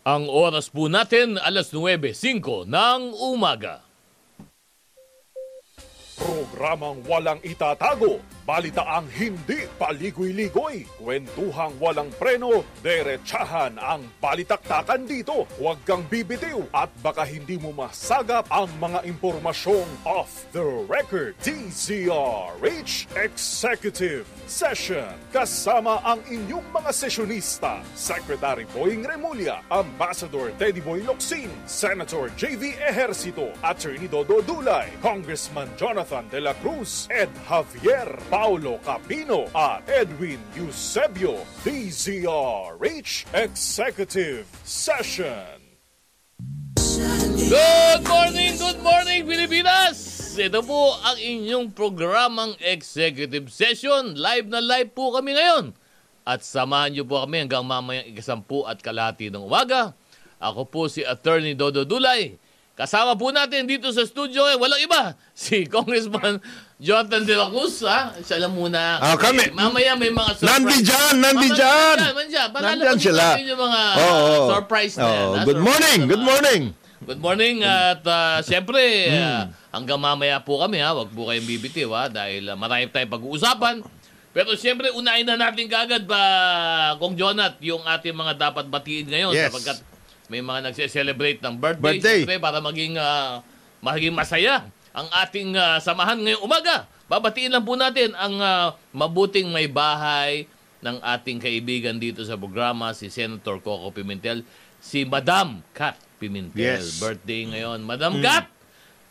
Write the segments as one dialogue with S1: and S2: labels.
S1: Ang oras po natin, alas 9.05 ng umaga.
S2: Programang walang itatago, balitaang hindi paligoy-ligoy, kwentuhang walang preno, derechahan ang balitaktakan dito. Huwag kang bibitiw at baka hindi mo masagap ang mga impormasyong off the record. DZRH Executive Session kasama ang inyong mga sesyonista, Secretary Boying Remulla, Ambassador Teddy Boy Locsin, Senator JV Ejercito, Attorney Dodo Dulay, Congressman Jonathan de la Cruz, Ed Javier, Paulo Capino, at Edwin Eusebio, DZRH Executive Session.
S1: Good morning, good morning Pilipinas! Ito po ang inyong programang executive session. Live na live po kami ngayon. At samahan niyo po kami hanggang mamayang ikasampu at kalahati ng umaga. Ako po si Attorney Dodo Dulay. Kasama po natin dito sa studio eh, walang iba, si Congressman Jonathan De La Cruz, ha? Siya lang muna.
S3: Ah, kami.
S1: Mamaya may mga surprise.
S3: Nandiyan, nandiyan.
S1: Mamaya, Nandiyan,
S3: Nandiyan
S1: nandiyan.
S3: sila.
S1: sila. Yung mga
S3: Oo.
S1: surprise na
S3: Oo,
S1: yan, ha?
S3: Good
S1: Surprise
S3: morning,
S1: na
S3: good
S1: mga-
S3: morning.
S1: Good morning at ah, siyempre ah, hanggang mamaya po kami ha, wag po kayong bibitiw ha dahil ah, marami tayong pag-uusapan. Pero siyempre unahin na natin kaagad ba Kong Jonat yung ating mga dapat batiin ngayon
S3: Yes.
S1: sapagkat may mga nagse-celebrate ng birthday,
S3: Birthday.
S1: siyempre para maging ah, maging masaya ang ating ah, samahan ngayong umaga. Babatiin lang po natin ang ah, mabuting may bahay ng ating kaibigan dito sa programa si Senator Coco Pimentel, si Madam Kat Pimentel.
S3: Yes. Mm.
S1: Birthday ngayon. Madam Kat,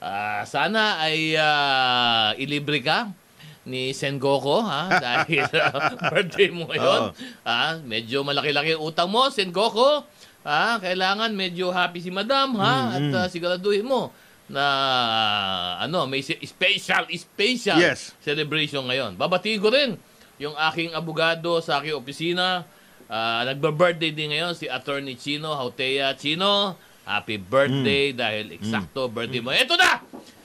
S1: ah, sana ay ah, ilibre ka ni Sen Goku ha dahil ah, birthday mo ngayon.
S3: Oo.
S1: Ah, medyo malaki-laki ang utang mo, Sen Goku. Ah, kailangan medyo happy si Madam
S3: Mm-hmm.
S1: ha at ah, siguraduhin mo na ano, may si- special special
S3: Yes.
S1: celebration ngayon. Babatiin ko rin yung aking abogado sa aking opisina. Ah, nagba-birthday din ngayon si Attorney Chino Hautea Chino. Happy
S3: Mm.
S1: birthday dahil eksakto birthday mo. Ito na!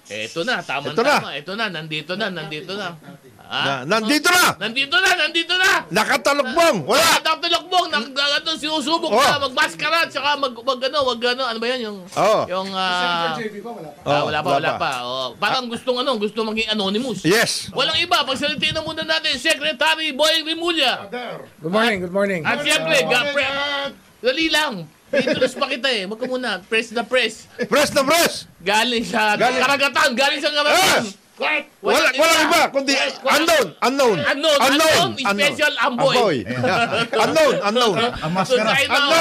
S1: Ito na, tama
S3: Ito na.
S1: tama. Ito na, nandito na, nandito na.
S3: Na,
S1: Ah,
S3: nandito na.
S1: nandito na, nandito na!
S3: Nakatalokbong. Wala.
S1: Ah, Dr. Lokbong, nag, uh, ano, sinusubok
S3: Oh.
S1: na, magmaskara, tsaka mag, mag, ano, wag, ano, ano ba yan, yung,
S3: Oo.
S1: yung, ah, ah,
S3: Oo,
S1: wala pa, wala pa. Oh, parang gustong, ano, gusto maging anonymous.
S3: Yes.
S1: Walang iba, pagsalitin na muna natin, Secretary Boy Rimulya.
S4: Good morning, good morning.
S1: At siyempre, ga- pre- dali lang, Introduce pa kita eh. Huwag ka muna. Press na press.
S3: Press na press.
S1: Galing sa
S3: Galing-
S1: karagatan. Galing sa karagatan.
S3: Yes! Wala, wala iba, kundi unknown, unknown.
S1: Unknown, unknown, special amboy.
S3: unknown, unknown.
S5: Ang maskara.
S3: Ano?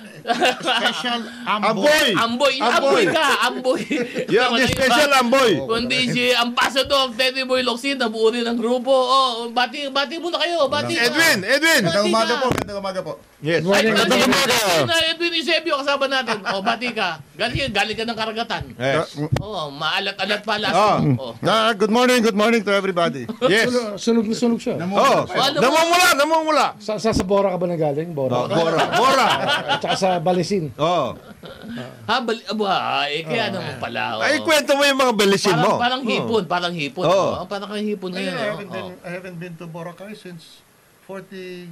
S5: Special
S3: Amboy.
S1: Amboy. Amboy
S3: Amboy.
S1: ka. Amboy.
S3: Yan,
S1: Wala
S3: yung
S1: iba.
S3: special amboy.
S1: Kundi si Ambassador Teddy Boy Locsin, nabuo rin ang grupo. Oh, bati, bati muna kayo. Bati.
S3: Edwin, Edwin.
S5: Magandang umaga po, magandang umaga po.
S3: Yes.
S1: Ay,
S4: Morning.
S1: Edwin,
S3: Magandang umaga.
S1: Edwin, Edwin Eusebio kasama natin. Oh, bati ka. Galing, galing ka ng karagatan.
S3: Yes.
S1: Oh, maalat-alat pala.
S3: Ah.
S1: Oh.
S3: Ah, good morning, good morning to everybody. Yes.
S4: Sunog, sunog na sunog siya.
S3: Oh, namumula, namumula.
S4: Sa, sa, sa Bora ka ba nagaling?
S3: Oh,
S4: Bora.
S3: Bora, Bora.
S4: At saka sa Balisin.
S3: Oh.
S1: Ha, bali, abo, ha, eh, kaya naman pala. Oh.
S3: Ah. Ay, kwento mo yung mga belisin
S1: parang,
S3: mo.
S1: parang hipon, parang hipon.
S3: Oo.
S1: Oh, parang kang hipon
S5: Ayun,
S1: ngayon.
S5: I
S1: oh.
S5: haven't been,
S1: Oh.
S5: I haven't been to Boracay since 40,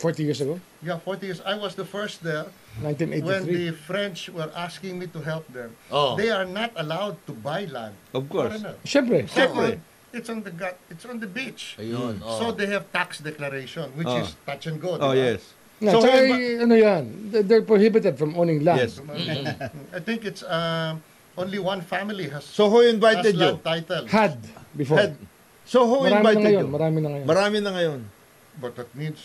S4: 40 years ago.
S5: yeah, 40 years. I was the first there when the
S4: 1983.
S5: French were asking me to help them.
S1: Oh.
S5: They are not allowed to buy land.
S3: Of course. Oh,
S5: Foreigner.
S4: Siyempre.
S5: Second, it's on the gut, it's on the beach.
S1: Ayun, oh.
S5: So they have tax declaration, which
S3: Oh.
S5: is touch and go.
S3: Oh,
S5: diba?
S3: yes.
S4: Na,
S5: So,
S4: tsaka,
S5: when
S4: eh, ano yan, they- they're prohibited from owning
S1: Ah.
S4: land.
S3: Yes.
S5: Mm-hmm. I think it's um, only one family has,
S3: So who
S5: has
S3: invited you?
S5: land title.
S4: Had before.
S3: Had. So who
S4: Marami na
S3: invited
S4: ngayon,
S3: you?
S4: marami na ngayon.
S3: Marami na ngayon.
S5: But that means,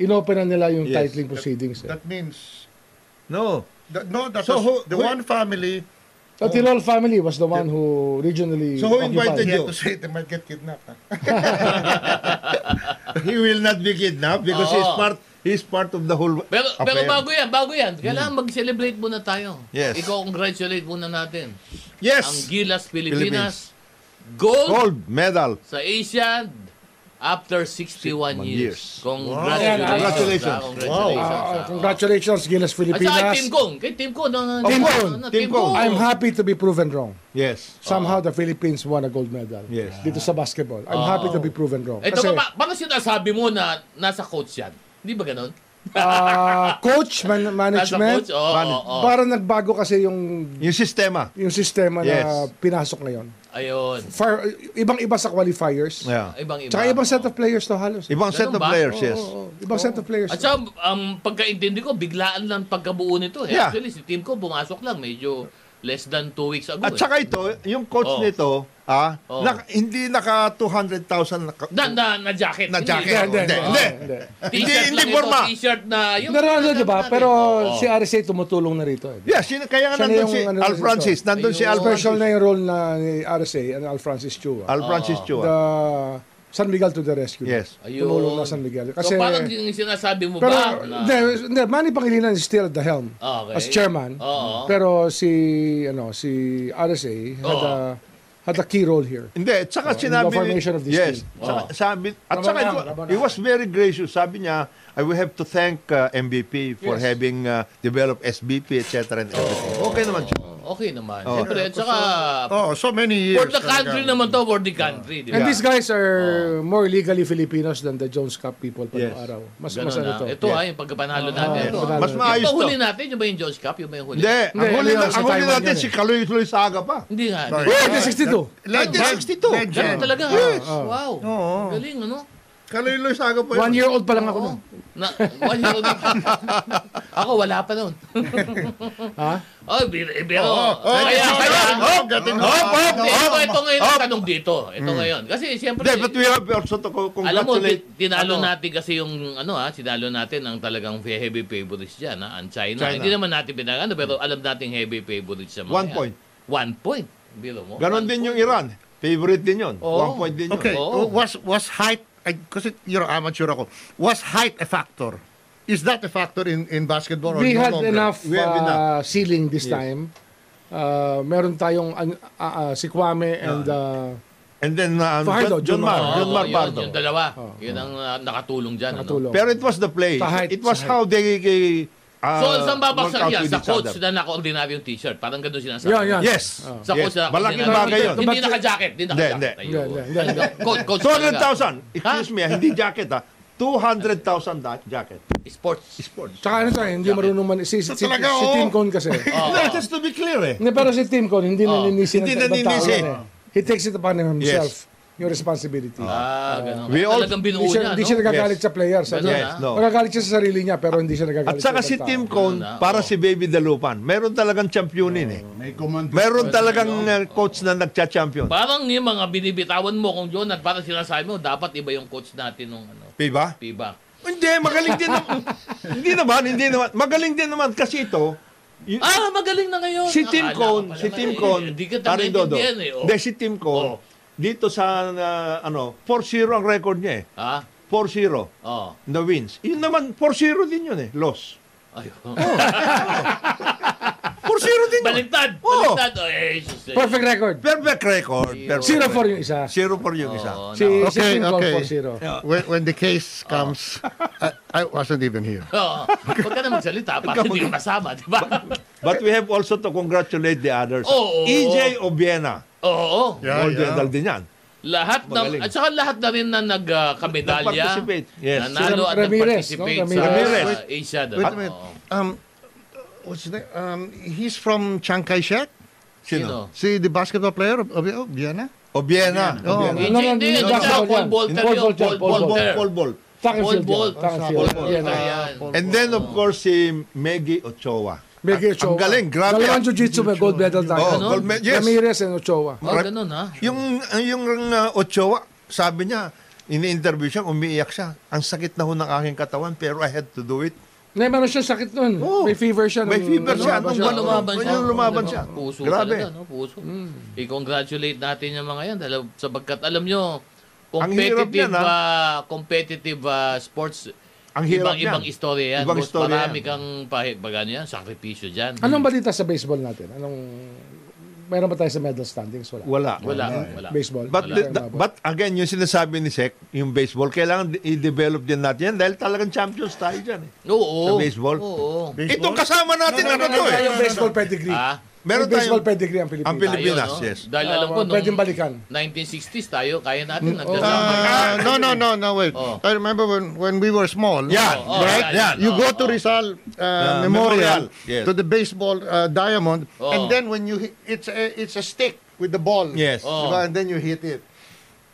S4: Inopen na nila yung
S3: Yes.
S4: titling proceedings. Eh.
S5: that means,
S3: No.
S5: that, no, that
S3: So
S5: was
S3: who-
S5: the
S3: who-
S5: one family
S4: The Tirol family was the one who regionally
S3: oh. So, who
S5: He
S3: invited Oh, you?
S4: occupied.
S5: had to say they might get kidnapped. huh?
S3: He will not be kidnapped because
S1: Oo.
S3: he's part he's part of the whole
S1: Pero, pero
S3: affair.
S1: bago yan, bago yan. Kailangan mag-celebrate muna tayo.
S3: Hmm. Yes.
S1: Iko-congratulate muna natin. Ang
S3: Yes.
S1: Gilas Pilipinas, gold,
S3: Gold medal.
S1: sa Asian After 61 years.
S6: years.
S1: Congratulations.
S4: Wow.
S1: Congratulations.
S7: Wow.
S1: Congratulations.
S4: Ah,
S1: ah.
S4: congratulations,
S1: At
S4: Guinness
S1: saka kay
S4: Filipinas.
S1: Team Kong. Kay Team Kong. No, no, no,
S6: Team
S1: no,
S6: Kong.
S1: no,
S6: Team Kong.
S4: I'm happy to be proven wrong.
S6: Yes.
S4: Somehow the Philippines won a gold medal
S6: Yes.
S4: dito sa basketball. I'm happy to be proven wrong.
S1: Oh. Ito ba, ba- bakit sinasabi mo na nasa coach yan? Di ba ganun?
S4: ah, coach, man-
S1: Nasa coach? oh,
S4: management,
S1: Oo, oo,
S6: Manage-
S1: oo.
S4: parang nagbago kasi yung
S6: Yung sistema.
S4: yung sistema na
S6: Yes.
S4: pinasok ngayon.
S1: Ayun.
S4: Far, ibang-iba sa qualifiers.
S6: Yeah.
S1: Ibang-iba.
S4: Tsaka ibang set of players to halos.
S6: Ibang set
S1: Ganun
S6: of
S1: ba?
S6: players,
S4: Oo,
S6: yes.
S4: oo, ibang set of players.
S1: At saka, um, pagkaintindi ko, biglaan lang pagkabuo nito. Eh.
S6: Yeah.
S1: Actually, si team ko bumasok lang. Medyo less than two weeks ago. eh.
S6: At saka ito, yung coach
S1: Oo.
S6: nito, ah,
S1: Oo.
S6: naka- hindi naka 200,000 naka-
S1: eh. na, na, na jacket.
S6: na
S1: Hindi.
S6: jacket.
S4: Hindi, hindi,
S6: Oo.
S4: hindi,
S6: Hindi,
S1: T-shirt
S6: hindi
S1: lang ito,
S6: forma.
S1: T-shirt na yung...
S4: Pero ano, di ba?
S1: natin.
S4: Pero
S1: Oo.
S4: si RSA tumutulong na rito. Eh.
S6: Yes, yun, kaya nga
S4: Siya na
S6: nandun
S4: yung
S6: si
S4: ano
S6: Al
S4: dito.
S6: Francis. Nandun si Al
S4: Special
S6: Francis.
S4: na yung role na ni RSA and Al Francis Chua.
S6: Al Francis
S4: ah. the
S6: Chua.
S4: San Miguel to the rescue.
S6: Yes.
S1: Ayun.
S4: Tumulong na San Miguel.
S1: so
S4: Kasi,
S1: parang yung sinasabi mo
S4: pero,
S1: ba? na-
S4: hindi, hindi, Manny Pangilinan is still at the helm
S1: Okay.
S4: as chairman.
S1: Oo.
S4: Pero si, ano, si RSA had,
S1: Oo.
S4: a, had a key role here.
S6: Hindi, at saka
S4: Oh,
S6: sinabi
S4: in the formation of this
S6: yes,
S4: team.
S6: saka,
S1: Oh.
S6: sabi, at
S4: Ramon
S6: saka
S4: Ang,
S6: it, wa-
S4: Ramon
S6: he was very gracious. Sabi niya, I will have to thank uh, MVP for
S4: Yes. Oh.
S6: having uh, developed SBP, etc. and everything. Okay naman siya.
S1: Okay naman.
S6: Oo.
S1: Siyempre, at saka...
S5: Oh, so many years.
S1: For the country
S5: talaga.
S1: naman to, for the country. diba? di
S4: And
S1: ba?
S4: these guys are more legally Filipinos than the Jones Cup people pa
S6: Yes.
S4: noong araw. Mas
S1: Ganun
S4: mas ano
S1: na.
S4: to.
S1: Ito ha, yung pagkapanalo natin.
S4: Ah,
S1: ito, ha.
S4: mas
S6: maayos
S1: Yung
S6: to.
S1: huli natin, yung ba yung George Cup? Yung ba yung huli?
S6: Hindi, ang
S4: Hindi,
S6: huli,
S4: ano
S6: na,
S4: yun,
S6: ang
S4: sa
S6: huli
S4: Taiwan
S6: natin
S4: yun
S6: si Kaloy-Tuloy Saga pa.
S1: Hindi nga.
S5: Sorry.
S1: Hindi.
S4: Wait, 62.
S5: Legend.
S6: 1962.
S1: Ganun
S5: Legend.
S1: talaga ha.
S6: Yes.
S1: Wow.
S5: Oo.
S1: Galing, ano?
S6: Kaloy-Tuloy Saga pa
S4: One year old pa lang ako
S1: Oo.
S4: nun.
S1: Na, one year old. Ako, wala pa noon.
S4: Ha?
S1: Oh, bir- eh, pero...
S5: Oh, oh,
S1: kaya,
S5: oh,
S1: kaya...
S5: oh, getting
S6: Hop,
S5: hot.
S6: hop,
S1: Hindi, ito,
S6: hop. Hmm.
S1: ito ngayon ang tanong dito. Ito ngayon. Kasi siyempre...
S6: Hindi, but we have also to co-
S1: Alam mo,
S6: congratulate.
S1: ti- tinalo
S6: ano,
S1: natin kasi yung, ano ha, tinalo natin ang talagang heavy favorites dyan, ha, ang China. Hindi naman natin pinagano, pero alam natin heavy favorites sa mga
S6: One
S1: yan.
S6: point.
S1: One point. Bilo mo. One
S6: Ganon din yung
S1: point.
S6: Iran. Favorite din yun.
S1: Oo.
S6: One point din yun.
S5: Okay,
S3: Oh.
S1: Oo.
S5: uh, was was height I, kasi you're amateur ako. Was height a factor? Is that a factor in in basketball or no
S4: We had
S5: longer?
S4: enough
S6: We have
S4: uh,
S6: enough.
S4: ceiling this time. Uh, meron tayong an- ah, ah, si Kwame and uh,
S6: And then, uh,
S4: Fajardo,
S6: John, John Mar.
S4: John
S1: Oo,
S6: John Mar
S1: Oh, yun,
S6: Pardo.
S1: Yung dalawa.
S6: Oh,
S1: Yun ang uh, nakatulong dyan. Ano?
S4: nakatulong.
S6: Pero it was the play.
S4: Sa height,
S6: it was
S4: sa
S6: how
S4: height.
S6: they uh,
S1: So, saan babaksak
S6: work out
S1: yan?
S6: with
S1: Sa
S6: each
S1: coach
S6: other.
S1: na naka-ordinary yung t-shirt. Parang ganun sinasabi.
S4: Yan, yan.
S6: Yes.
S1: Sa coach ah, na
S6: yes. Malaking
S1: naka-ordinary
S6: bagay yun.
S1: t-shirt. Hindi naka-jacket. Hindi
S6: Hindi,
S1: naka-jacket.
S6: hindi.
S1: Ayun.
S4: Hindi, hindi, hindi.
S1: Coach, coach talaga.
S6: 200,000. Excuse me, ah, hindi jacket ah. 200,000 da- jacket.
S1: Sports.
S6: Sports.
S4: Tsaka ano tayo, hindi marunong man. Si, si, si,
S5: Talaga,
S4: si
S5: oo.
S6: oh.
S4: Tim Cone kasi.
S6: No, just to be clear eh.
S4: Hindi, pero si Tim Cone, hindi
S1: Oo.
S6: Oh.
S4: naninisi ng
S6: Hindi
S4: ibang tao
S6: naninisi.
S4: yan eh. He takes it upon himself. Yung responsibility.
S1: Ah, ganun.
S6: We all-
S1: Talagang binuo
S4: Hindi siya,
S1: niya,
S4: hindi siya
S1: no?
S4: nagagalit sa players. Ano?
S1: Ganun,
S6: Yes,
S1: ah.
S6: no.
S4: Nagagalit siya sa sarili niya, pero hindi siya nagagalit
S6: At saka
S4: ibang
S6: si
S4: tao.
S6: Tim Cone,
S1: Ganun Ano na, Oh.
S6: para
S1: oo.
S6: si Baby Dalupan, meron talagang championin eh.
S8: May command.
S6: Meron talagang
S1: Ano
S6: uh, coach na nagcha-champion.
S1: Parang yung mga binibitawan mo kung John at parang sinasabi mo, dapat iba yung coach natin nung ano,
S6: Diba?
S1: FIBA.
S6: Hindi, magaling din naman. hindi naman, hindi naman. Magaling din naman kasi ito, y-
S1: Ah, magaling na ngayon.
S6: si Tim
S1: Akala ko
S6: Cone,
S1: pala
S6: si
S1: na-
S6: Tim
S1: eh,
S6: Cone,
S1: Hindi ka
S6: Arin Dodo.
S1: taga-intindihan eh. oh.
S6: Hindi, si Tim
S1: Oh.
S6: Cone, dito sa, uh, ano, 4-0 ang record niya eh.
S1: Ha? Oh.
S6: 4-0
S1: Oo.
S6: na wins. Yun naman, 4-0 din yun eh, loss.
S1: Ay,
S6: 4-0 din yun.
S1: Baliktad!
S6: Oo.
S1: Baliktad! Oh, eh, Jesus, eh.
S4: Perfect record.
S6: Perfect record. Perfect
S4: Zero for
S6: record.
S4: yung isa.
S6: Zero for yung isa.
S1: Oo,
S4: Si,
S1: nako.
S4: si
S5: Okay,
S4: Tim Cone
S5: okay.
S4: 4-0.
S5: When, when the case comes, I, I wasn't even here.
S1: Oo. Huwag ka na magsalita. Bakit hindi ka masama, di ba?
S6: But we have also to congratulate the others. E
S1: Oo.
S6: EJ Obiena.
S1: Oo.
S5: Yeah,
S6: gold
S5: yeah.
S6: medal din yan.
S1: Lahat ng,
S6: Magaling.
S1: at saka lahat na rin na nagkamedalya,
S6: Nag-participate. Yes.
S1: nanalo at
S4: Ramirez,
S1: nag-participate
S4: no?
S1: sa
S6: Ramirez.
S1: sa Asia.
S5: Wait a minute. Um, what's his name? Um, he's from Chiang Kai-shek.
S1: Sino?
S5: See the basketball player of, of, of Vienna.
S6: Obiena.
S5: Oh.
S6: Obiena.
S1: Hindi, hindi. Ano
S4: no, no,
S1: siya?
S4: no,
S1: Paul
S4: no.
S1: Bolter
S4: Paul
S1: yun.
S4: Bolter,
S1: Paul
S4: Paul
S6: Ball,
S1: Bolter.
S6: ball, ball.
S4: Tack
S1: Oh,
S4: and
S1: Paul
S4: field
S1: Ball.
S4: yan. Tack and
S6: Paul
S4: field.
S6: Ball.
S4: Yan, ah.
S1: Ayan.
S6: And then, of course, si Maggie Ochoa.
S4: Miguel Ochoa.
S6: Ang galing, grabe.
S4: Dalawang jiu-jitsu may gold medal tayo.
S6: Oh,
S4: Ano?
S6: gold medal, yes.
S4: Ramirez and Ochoa.
S1: Oh, ganun ha?
S6: Yung, yung uh, Ochoa, sabi niya, ini-interview siya, umiiyak siya. Ang sakit na ho ng aking katawan, pero I had to do it.
S4: May meron ano siya sakit nun.
S6: Oo.
S4: May fever siya.
S6: Oh. May
S4: nung-
S6: fever
S4: nung
S6: siya.
S4: lumabas
S1: Nung
S6: Nung ganun.
S1: lumaban siya.
S6: Nung lumaban siya.
S1: Puso
S6: Grabe.
S1: talaga, no? Puso. I-congratulate natin yung mga yan. Dahil sabagkat alam nyo,
S6: Ang hirap
S1: competitive,
S6: yan, ha?
S1: ah, competitive ah, sports,
S6: Ang hirap niyan.
S1: ibang-ibang istorya yan.
S6: Ibang
S1: Boss,
S6: istorya
S1: marami
S6: yan.
S1: kang pahit, baga yan, ano sakripisyo dyan.
S4: Anong balita sa baseball natin? Anong meron ba tayo sa medal standings? Wala.
S9: Wala.
S1: Wala, wala.
S4: Baseball.
S9: But,
S4: Wala.
S9: the- the- but again, yung sinasabi ni Sek, yung baseball, kailangan i-develop din natin yan dahil talagang champions tayo dyan. Eh.
S1: Oo.
S9: Sa baseball?
S1: Oo.
S9: Itong kasama natin, ano to eh.
S4: Yung baseball pedigree.
S1: Ah,
S9: Meron
S4: Yung baseball
S9: tayong
S4: pedigree ang Pilipinas.
S9: ang Pilipinas,
S1: tayo, no?
S9: yes.
S1: Dahil alam ko,
S4: Ah,
S1: nung
S4: pwedeng balikan.
S1: 1960s tayo, kaya
S4: Mm,
S1: natin. ang
S4: oh.
S5: Uh, no, no, no, no, wait.
S1: Oh.
S5: I remember when, when we were small.
S9: Yan,
S1: Oo, oo,
S5: right?
S1: yan, oo,
S5: You go
S1: oo.
S5: to Rizal
S9: Memorial,
S5: uh, Memorial,
S9: yes.
S5: to the baseball uh, diamond,
S1: Oo.
S5: and then when you hit, it's a, it's a stick with the ball.
S9: Yes.
S1: Oo.
S5: Diba? And then you hit it.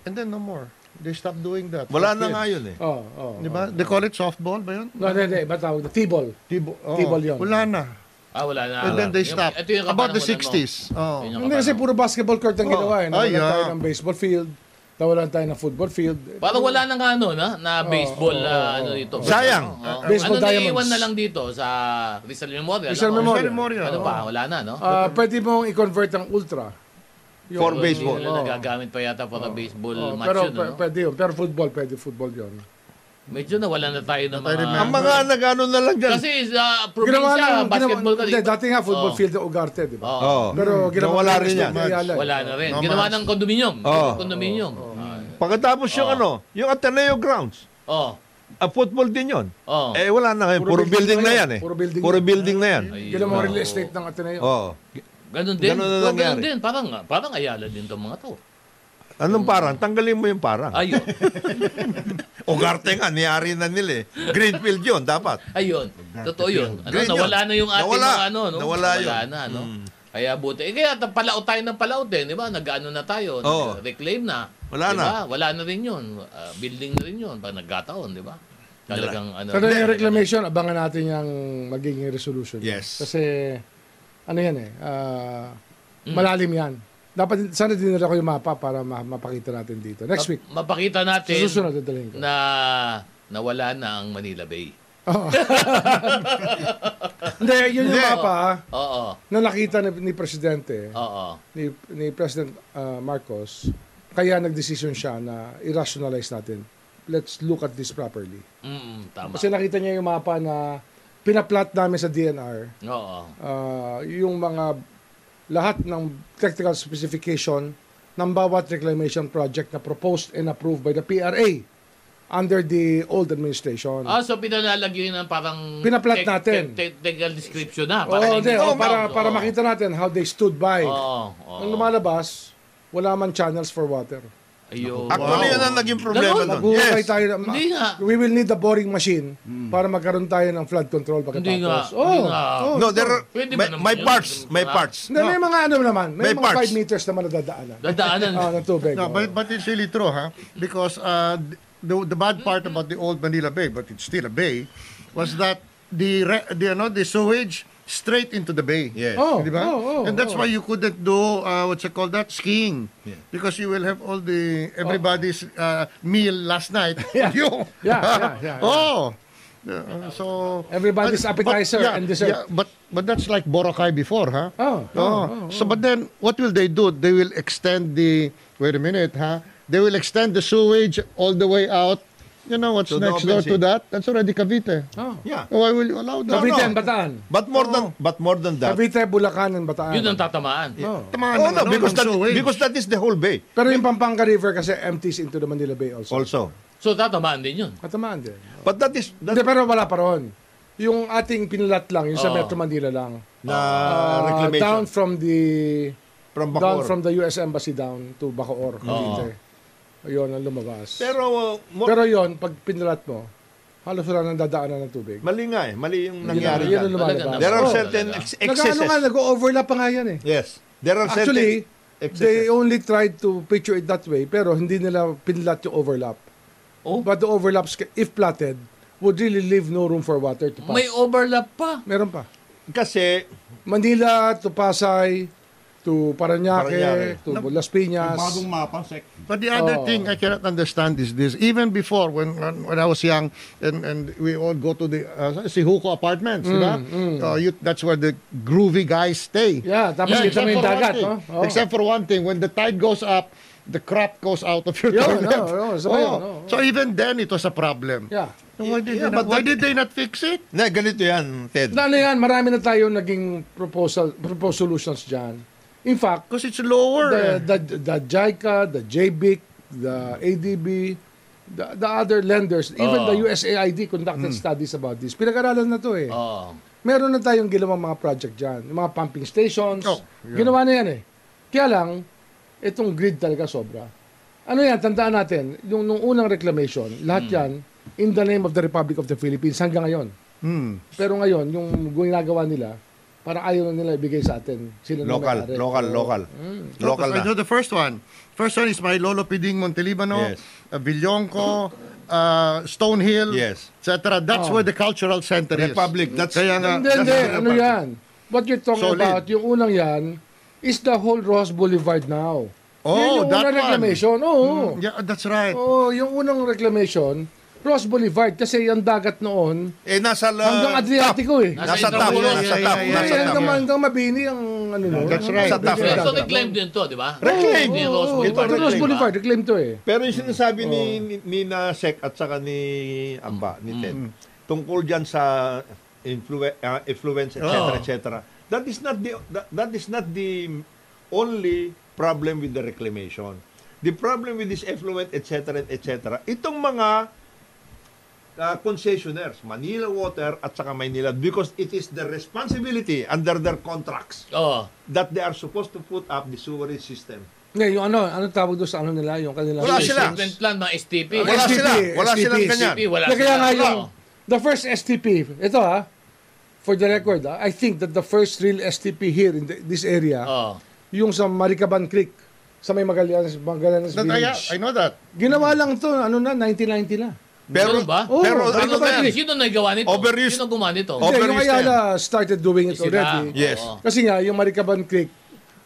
S5: And then no more. They stopped doing that.
S9: Wala na
S5: For kids.
S9: nga yun eh.
S4: Oh, oh.
S5: Diba? They call it softball ba yun?
S4: No, hindi, hindi. Iba tawag na. T-ball.
S5: Tibo, oo.
S4: T-ball yun.
S5: Wala na.
S1: Ah, wala na.
S5: And then they
S1: Yung-
S5: stopped.
S1: ito yung
S5: About the
S1: kapanahonan mo.
S5: 60s. Oh.
S1: Yun yung
S4: Hindi kasi
S1: kapanahonan.
S4: puro basketball court ang
S5: Oh,
S4: ginawa. Eh. Nawalan
S5: ay, ah.
S4: tayo ng baseball field. Nawalan tayo ng football field.
S1: Parang wala na nga ano, na, na baseball,
S4: oo,
S1: na
S4: oo,
S1: ano dito.
S9: Sayang.
S1: Oo.
S4: Oh, Baseball
S1: ano,
S4: diamonds.
S1: naiiwan na lang dito sa Rizal Memorial.
S4: Rizal
S1: ano?
S4: Memorial.
S1: Ano pa, wala na, no?
S4: Ah, pwede mong i-convert ang ultra. Yun.
S9: For
S1: Hindi
S9: baseball.
S1: nila nagagamit pa yata para baseball
S4: Oh,
S1: match
S4: pero
S1: yun,
S4: pe-
S1: ano?
S4: pwede yun. Pero football, pwede football yun.
S1: Medyo nawala na tayo ng mga...
S9: Ang mga nag-ano na lang dyan.
S1: Kasi sa probinsya,
S4: ng-
S1: basketball ka Oh.
S4: ginawa- Hindi,
S1: dito.
S4: dati nga football
S1: Oo.
S4: field ng Ugarte, di ba?
S1: Oo.
S9: Oh.
S4: Pero ginawa
S9: Nawala
S4: ng
S9: rin yan.
S4: Espanyala, eh.
S1: Wala na rin.
S5: No
S1: Ginawa
S5: match.
S1: ng condominium.
S5: Oh.
S9: Oo.
S1: Condominium.
S4: Oh.
S9: Pagkatapos yung
S1: Oo.
S9: ano, yung Ateneo Grounds.
S1: Oo.
S9: A football din yun.
S1: Oo.
S9: Eh wala na ngayon. Puro,
S4: Puro
S9: building,
S4: building
S9: na
S4: na
S9: yan
S4: yun.
S9: eh.
S4: Puro building
S9: Puro
S4: na.
S9: building na yan. Oh.
S1: Ayun.
S4: Ginawa
S1: Oo.
S4: real estate ng Ateneo.
S9: Oo.
S1: Ganun din.
S9: Ganun
S1: Ganun,
S9: na nangyari.
S1: din. Parang, parang ayala din itong mga to.
S9: Anong parang? Tanggalin mo yung parang.
S1: Ayun.
S9: Ugarte nga, niyari na nila eh. Greenfield yun, dapat.
S1: Ayun. Totoo yun. Ano,
S9: Ganyan.
S1: nawala na yung ating
S9: Nawala.
S1: mga ano. No?
S9: Nawala yun. Hmm.
S1: na. No? Kaya buti. Eh, kaya ta- palaot tayo ng palaot din. Di ba? Nag-ano na tayo.
S9: Oo.
S1: Reclaim na.
S9: Wala
S1: Di
S9: na.
S1: ba? Wala na rin yun. Ah, building na rin yun. Pag nagkataon, di ba? Talagang ano.
S4: Pero yung reclamation, abangan natin yung magiging resolution.
S9: Yes.
S4: Kasi, ano yan eh, ah,
S1: Mm.
S4: malalim yan. Dapat, sana dinala ko yung mapa para ma- mapakita natin dito. Next week,
S1: Ma- mapakita natin
S4: sa susunod, dadalhin ko.
S1: na nawala na ang Manila Bay.
S4: Oo. Hindi, yun yung mapa ah,
S1: Oo.
S4: na nakita ni, ni Presidente,
S1: Oo.
S4: ni, ni President ah, Marcos, kaya nagdesisyon siya na i-rationalize natin. Let's look at this properly.
S1: Mm, tama.
S4: Kasi nakita niya yung mapa na pinaplat namin sa DNR
S1: Oo.
S4: ah, yung mga lahat ng technical specification ng bawat reclamation project na proposed and approved by the PRA under the old administration.
S1: Ah, so pinalalagyan ng parang
S4: Pinaplat natin.
S1: te- technical description na.
S4: Oo, hindi,
S1: hindi-
S4: oo, para,
S1: Oo.
S4: para makita eh. natin how they stood by.
S1: Oo. oo.
S4: Ang lumalabas, wala man channels for water.
S1: Ayun.
S9: Actually, yun ang naging problema
S1: Ganun.
S9: nun.
S4: Naguhukay
S9: Yes.
S4: tayo. na-
S1: Hindi nga.
S4: We will need a boring machine
S9: Hmm.
S4: para magkaroon tayo ng flood control pagkatapos.
S1: Hindi nga.
S4: Oo.
S1: Hindi nga.
S9: No, there are,
S1: Pwede ba
S9: may,
S1: naman
S9: may
S1: yun?
S9: parts. May
S1: Wala.
S9: parts.
S4: Hindi, may mga ano naman. May,
S9: May
S4: mga
S9: parts.
S4: 5 meters naman na dadaanan.
S1: Dadaanan.
S4: Ah, ng tubig.
S5: No,
S4: oo.
S5: but, but it's really true, huh? Because uh, the, the bad part about the old Manila Bay, but it's still a bay, was that the, re, the, you know, the sewage straight into the bay.
S9: Yes.
S4: Oh,
S5: Di ba?
S4: oh, oh,
S5: And that's why
S4: oh.
S5: you couldn't do, uh, what's it called that, skiing. Because you will have all the, everybody's uh, meal last night.
S4: Oh. Yeah.
S5: You.
S4: Yeah, yeah, yeah, yeah.
S5: Oh. Yeah, uh, so
S4: Everybody's appetizer and dessert.
S5: but but that's like Boracay before, huh?
S4: Oh, oh, oh,
S5: So but then what will they do? They will extend the wait a minute, huh? They will extend the sewage all the way out. You know what's
S9: To the
S5: next
S9: open
S5: door
S9: sea.
S5: to that? That's already Cavite.
S4: Oh.
S9: Yeah.
S5: Why will you allow that?
S4: Cavite
S9: no.
S4: and Bataan.
S9: But more than but more than that.
S4: Cavite, Bulacan and Bataan.
S1: Yun ang tatamaan.
S4: Oh.
S5: Tama
S9: Oh
S5: naman,
S9: no, because
S5: ng
S9: that
S5: eh. sewage.
S9: because that is the whole bay
S4: Pero yung Pampanga River kasi empties into the Manila Bay also.
S9: also.
S1: So tatamaan din yun.
S4: Katamaan din.
S9: But that is that
S4: Hindi, pero wala pa ron. Yung ating pinalat lang, yung sa
S1: Oo.
S4: Metro Manila lang.
S9: na
S4: Ah,
S9: reclamation
S4: down from the
S9: from
S4: down
S9: Bacoor. Oh.
S4: from the US Embassy down to Bacoor, Cavite. Ayun ang lumabas.
S9: Pero uh, mo-
S4: Pero yon pag pinalat mo, halos wala nang dadaanan ng tubig.
S9: mali nga eh, mali yung nangyari
S4: yun
S9: dyan.
S4: ang lumalabas.
S1: Talaga
S9: There are
S1: Oo.
S9: certain
S1: Talaga.
S9: ex-
S4: Nag-ano nga,
S9: excesses.
S4: nag-overlap pa nga yan eh.
S9: Yes. There are
S4: Actually,
S9: certain excesses.
S4: They only tried to picture it that way, pero hindi nila pinlat yung overlap.
S1: Oh.
S4: But the overlaps, if plotted, would really leave no room for water to pass.
S1: May overlap pa.
S4: Meron pa.
S9: Kasi
S4: Manila to Pasay, to Paranaque,
S9: Paranaque.
S4: to Las Piñas.
S5: But the other
S4: Oh.
S5: thing I cannot understand is this. Even before, when when, when I was young, and, and we all go to the uh, Sihuko apartments, di ba?
S4: Mm,
S5: Uh, you, that's where the groovy guys stay.
S4: Yeah, tapos kita mo yung
S5: for one
S4: dagat,
S5: thing.
S4: no? Oh. Oo.
S5: Except for one thing, when the tide goes up, the crap goes out of your
S4: Yun,
S5: toilet.
S4: oo, oo, sabay yun,
S5: Oo.
S4: oo, oo.
S5: So even then, it was a problem.
S4: Yeah.
S5: Why did,
S9: Yeah,
S5: they, not,
S9: but
S5: why
S9: that-
S5: did they not fix it?
S9: na ganito yan, Ted.
S4: Na ano yan, marami na tayo naging proposal, proposed solutions dyan. In fact,
S5: Because it's lower.
S4: the,
S5: eh.
S4: the, the JICA, the JBIC, the ADB, the, the other lenders, even
S1: Oo.
S5: Oh.
S4: the USAID conducted studies about this. Pinag-aralan na to eh.
S1: Oh.
S4: Meron na tayong ginawang mga project dyan. Yung mga pumping stations.
S5: Oh,
S4: Ginawa na yan eh. Kaya lang, itong grid talaga sobra. Ano yan, tandaan natin, yung nung unang reclamation, lahat yan, in the name of the Republic of the Philippines hanggang ngayon.
S5: Hmm.
S4: Pero ngayon, yung ginagawa nila, parang ayaw na nila ibigay sa atin. Sila na
S6: Local,
S4: may-ari.
S6: local, local.
S4: Hmm.
S6: Local na.
S5: I know the first one. First one is Mailolo Piding, Montelibano,
S6: Yes.
S5: uh, Villonco, uh, Stonehill,
S6: Yes.
S5: etc. That's where the cultural center is.
S6: Republic, that's-
S5: Kaya nga,
S4: Hindi, hindi.
S5: that's-
S4: Ano yan? What you're talking
S5: Solid.
S4: about, yung unang yan, is the whole Ross Boulevard now.
S5: Oh,
S4: yan
S5: that
S4: yung unang
S5: one. Hmm.
S4: reclamation. Oo.
S5: Oh. Yeah, that's right.
S4: Oo, yung unang reclamation, Ross Boulevard, kasi yung dagat noon,
S6: Eh, nasa... la-
S4: hanggang Adriatico eh.
S1: Nasa
S6: Nasa top,
S1: Iloilo.
S6: nasa
S5: Yeah,
S6: top,
S5: yeah,
S4: Yeah,
S6: nasa
S4: yan
S6: top.
S4: naman, hanggang mabini ang ano noon.
S5: That's right.
S6: Sa
S1: So,
S6: Tafra.
S1: so reclaim din to, di ba?
S6: Reclaim.
S1: Ni Rose
S4: Oo,
S1: eh, Boulevard.
S4: Ross
S1: Reclaim,
S4: Boulevard,
S1: ah.
S4: reclaim to eh.
S6: Pero yung sinasabi ni, ni, ni na Sec at saka ni Amba,
S4: Mm.
S6: ni Ted, tungkol dyan sa influ- ah, influence, etc.,
S1: Oo.
S6: etc., that is not the that, that is not the only problem with the reclamation. The problem with this effluent, etc., etc., itong mga uh, concessionaires, Manila Water at saka Manila, because it is the responsibility under their contracts
S1: Oo.
S6: that they are supposed to put up the sewerage system.
S4: Ngayon, yung ano, ano tawag doon sa ano nila, yung kanilang...
S6: Wala sila.
S1: Treatment plan, mga STP.
S6: Wala
S4: STP,
S6: sila, wala
S4: STP,
S6: silang ganyan.
S1: STP, wala
S4: Na kaya
S1: sila.
S4: nga yung,
S1: Oo.
S4: the first STP, ito ha, for the record, ha, I think that the first real STP here in the- this area,
S1: Oo.
S4: yung sa Maricaban Creek, sa may Magallanes, Magallanes
S5: That, I,
S4: Village.
S5: I know that.
S4: Ginawa lang to, ano na, 1990 na.
S6: Pero,
S1: Ganun ba?
S4: Oo,
S6: pero
S4: balik
S6: ano
S4: ka
S6: na
S4: balik.
S6: yan?
S1: Sino nagawa nito?
S6: Overuse.
S1: Sino gumawa nito?
S6: Oh,
S4: Hindi, yung
S6: Overused
S4: Ayala started doing it
S1: Sila.
S4: already.
S6: Yes.
S1: Oo.
S4: Kasi nga, yung Maricaban Creek,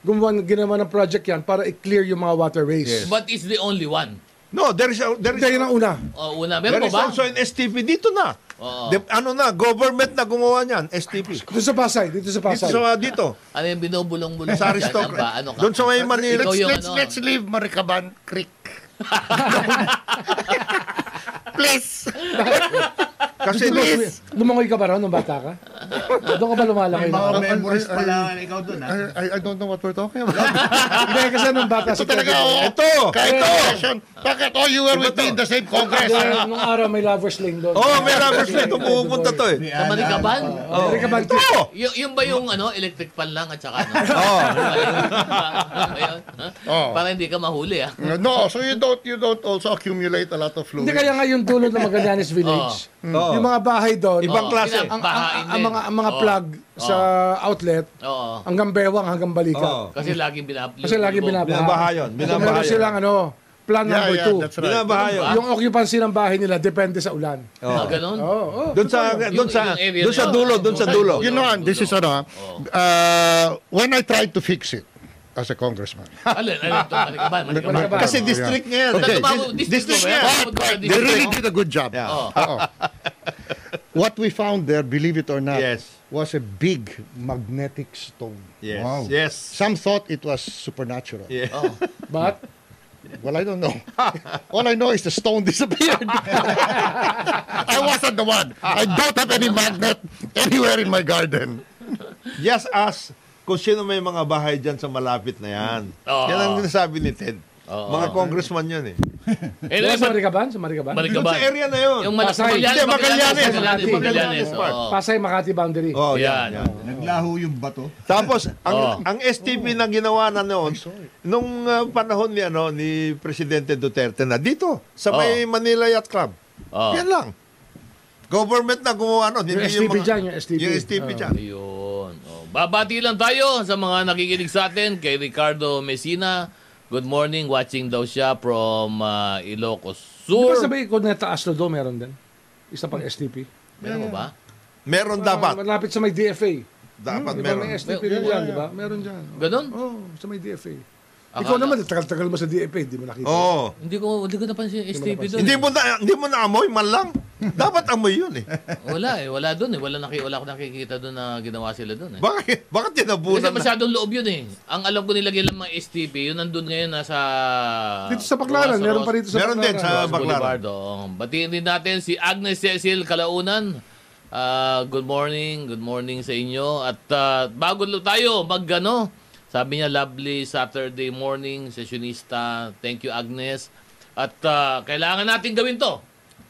S4: gumawa, ginawa ng project yan para i-clear yung mga waterways.
S6: Yes.
S1: But it's the only one.
S6: No, there is a, there is
S4: Hindi, yun ang una.
S1: Oh, una.
S6: there
S1: Meron pa
S6: is
S1: ba?
S6: also an STP dito na.
S1: Oo.
S6: The- ano na, government na gumawa niyan, STP.
S4: Dito sa Pasay, dito sa
S6: Dito
S4: Pasay.
S6: sa dito.
S1: Ano yung binubulong-bulong?
S6: Sa
S1: dyan?
S6: aristocrat.
S1: Ano ba? Ano ka?
S6: Doon sa may
S1: Ikaw
S6: Manila.
S5: Let's,
S1: yung
S5: let's,
S1: ano.
S5: let's leave Maricaban Creek. Please.
S6: Kasi
S5: Please.
S4: Lumangoy ka ba raw nung bata ka? Doon ka ba lumalangoy na?
S5: Mga
S4: ako?
S5: memories pala ikaw ah. doon. I, I don't know what we're talking about.
S4: Hindi, kasi nung bata
S5: Ito
S4: si
S5: talaga,
S4: Kevin,
S5: oh.
S6: Ito.
S5: Kahit ito. Bakit? Oh, you were with me in the same Congress.
S4: Hindi, nung araw may lover's lane doon.
S6: Oh, may rubber stamp pumupunta to eh.
S1: Sa Manikaban?
S4: Oh. Hindi ka ba-
S6: Oh,
S1: Y- yung ba yung ano, electric pan lang at saka ano?
S6: Oo.
S1: Ayun. Ha?
S5: Oo.
S1: Para hindi ka mahuli ah.
S5: No, so you don't you don't also accumulate a lot of fluid.
S4: Hindi kaya nga yung dulo ng Magallanes Village.
S6: Oo.
S4: Mm. Yung mga bahay doon.
S6: Oh. Ibang
S1: Oo,
S6: klase.
S1: pinang-
S4: ang, ang, ang, ang mga, ang mga
S1: Oo.
S4: plug sa outlet,
S1: Oo.
S4: hanggang bewang, hanggang
S6: oh.
S4: balika.
S1: Kasi laging binabli.
S4: Kasi lagi binabaha.
S6: Binabaha yun,
S4: So,
S6: binabaha
S4: meron
S6: yun.
S4: silang ano, plan
S5: Yeah,
S4: number
S5: yeah,
S4: two.
S5: that's right.
S6: Binabaha yun.
S4: Yung occupancy ng bahay nila depende sa ulan.
S1: Ah, ganun?
S4: Oo, oo.
S6: Oh. Doon sa doon sa doon sa dulo, doon sa dulo.
S5: Oh, You know, and this is ano, uh, when I tried to fix it as a congressman,
S1: Alin, alin ito? Manikaban, Manikaban.
S4: Manikaban.
S5: Oh,
S6: Kasi district niya yan.
S5: Okay.
S1: Tumawag-
S6: Dis-
S1: district ko ba
S6: District niya.
S1: yan?
S6: yan.
S1: Tumawag-
S5: they really did a good job.
S6: Yeah.
S1: Oo.
S5: Oo. What we found there, believe it or not,
S6: Yes.
S5: was a big magnetic stone.
S6: Yes.
S5: Wow.
S6: Yes.
S5: Some thought it was supernatural.
S6: Yeah.
S4: But,
S5: Well, I don't know. All I know is the stone disappeared. I wasn't the one. I don't have any magnet anywhere in my garden.
S6: Just ask kung sino may mga bahay dyan sa malapit na yan.
S1: Oo.
S6: Yan ang sinasabi ni Ted. Mga congressman yun eh.
S1: Eh,
S4: Doon sa
S1: Manikaban.
S4: Maricaban, sa Maricaban.
S6: Doon
S1: Manikaban.
S6: sa area na yun.
S1: Diba? Yung Manikaban.
S4: Pasay.
S6: Hindi, Magallanes.
S1: Magallanes. Magallanes.
S6: Magallanes.
S1: oo.
S4: Pasay Makati boundary.
S6: Oh,
S1: Yan.
S6: yan. yan.
S10: Naglaho yung bato.
S6: Tapos ang
S1: Oh.
S6: ang STP na ginawa na noon nung uh, panahon ni ano ni Presidente Duterte na dito sa may Manila Yacht Club.
S1: Oh.
S6: Yan lang. Government na gumawa noon.
S4: Yung
S6: hindi
S4: STP
S6: mga-
S4: dyan, yung STP.
S6: Yung STP
S4: Oh.
S6: dyan.
S1: Ayun. O, Babati lang tayo sa mga nakikinig sa atin kay Ricardo Messina. Good morning. Watching daw siya from ah, Ilocos
S4: Di ba
S1: Sur.
S4: sabi ko na taas na doon meron din? Isa pang STP.
S1: Meron ba?
S6: Meron
S4: Ah,
S6: dapat.
S4: malapit sa may DFA.
S6: Dapat
S4: Di ba
S6: meron.
S4: may STP rin
S1: Meron.
S4: dyan, di ba? Meron dyan.
S1: Ganun?
S4: Oo, sa may DFA.
S1: Akala-
S4: Oh, Ikaw naman, tagal-tagal mo sa DFA, di mo nakita.
S6: Oo.
S1: Hindi ko hindi ko napansin yung STP doon.
S6: Hindi mo na hindi mo na amoy man lang. Dapat amoy yun eh.
S1: Wala eh, wala doon eh. Wala naki wala ako nakikita doon na ginawa sila doon eh.
S6: Bakit bakit
S1: Kasi
S6: tinabunan? na?
S1: masyadong loob yun eh. Ang alam ko nilagay lang mga STP, yun nandun ngayon nasa...
S4: Dito sa Baclaran,
S1: Rojas-
S4: meron pa rito sa
S6: Meron din sa
S1: Rojas
S6: Baclaran.
S1: Boulevard. oo. Batiin din natin si Agnes Cecil Kalaunan. Ah, good morning, good morning sa inyo. At ah, bago lo tayo magano Sabi niya, lovely Saturday morning, sessionista. Thank you, Agnes. At ah, kailangan natin gawin to.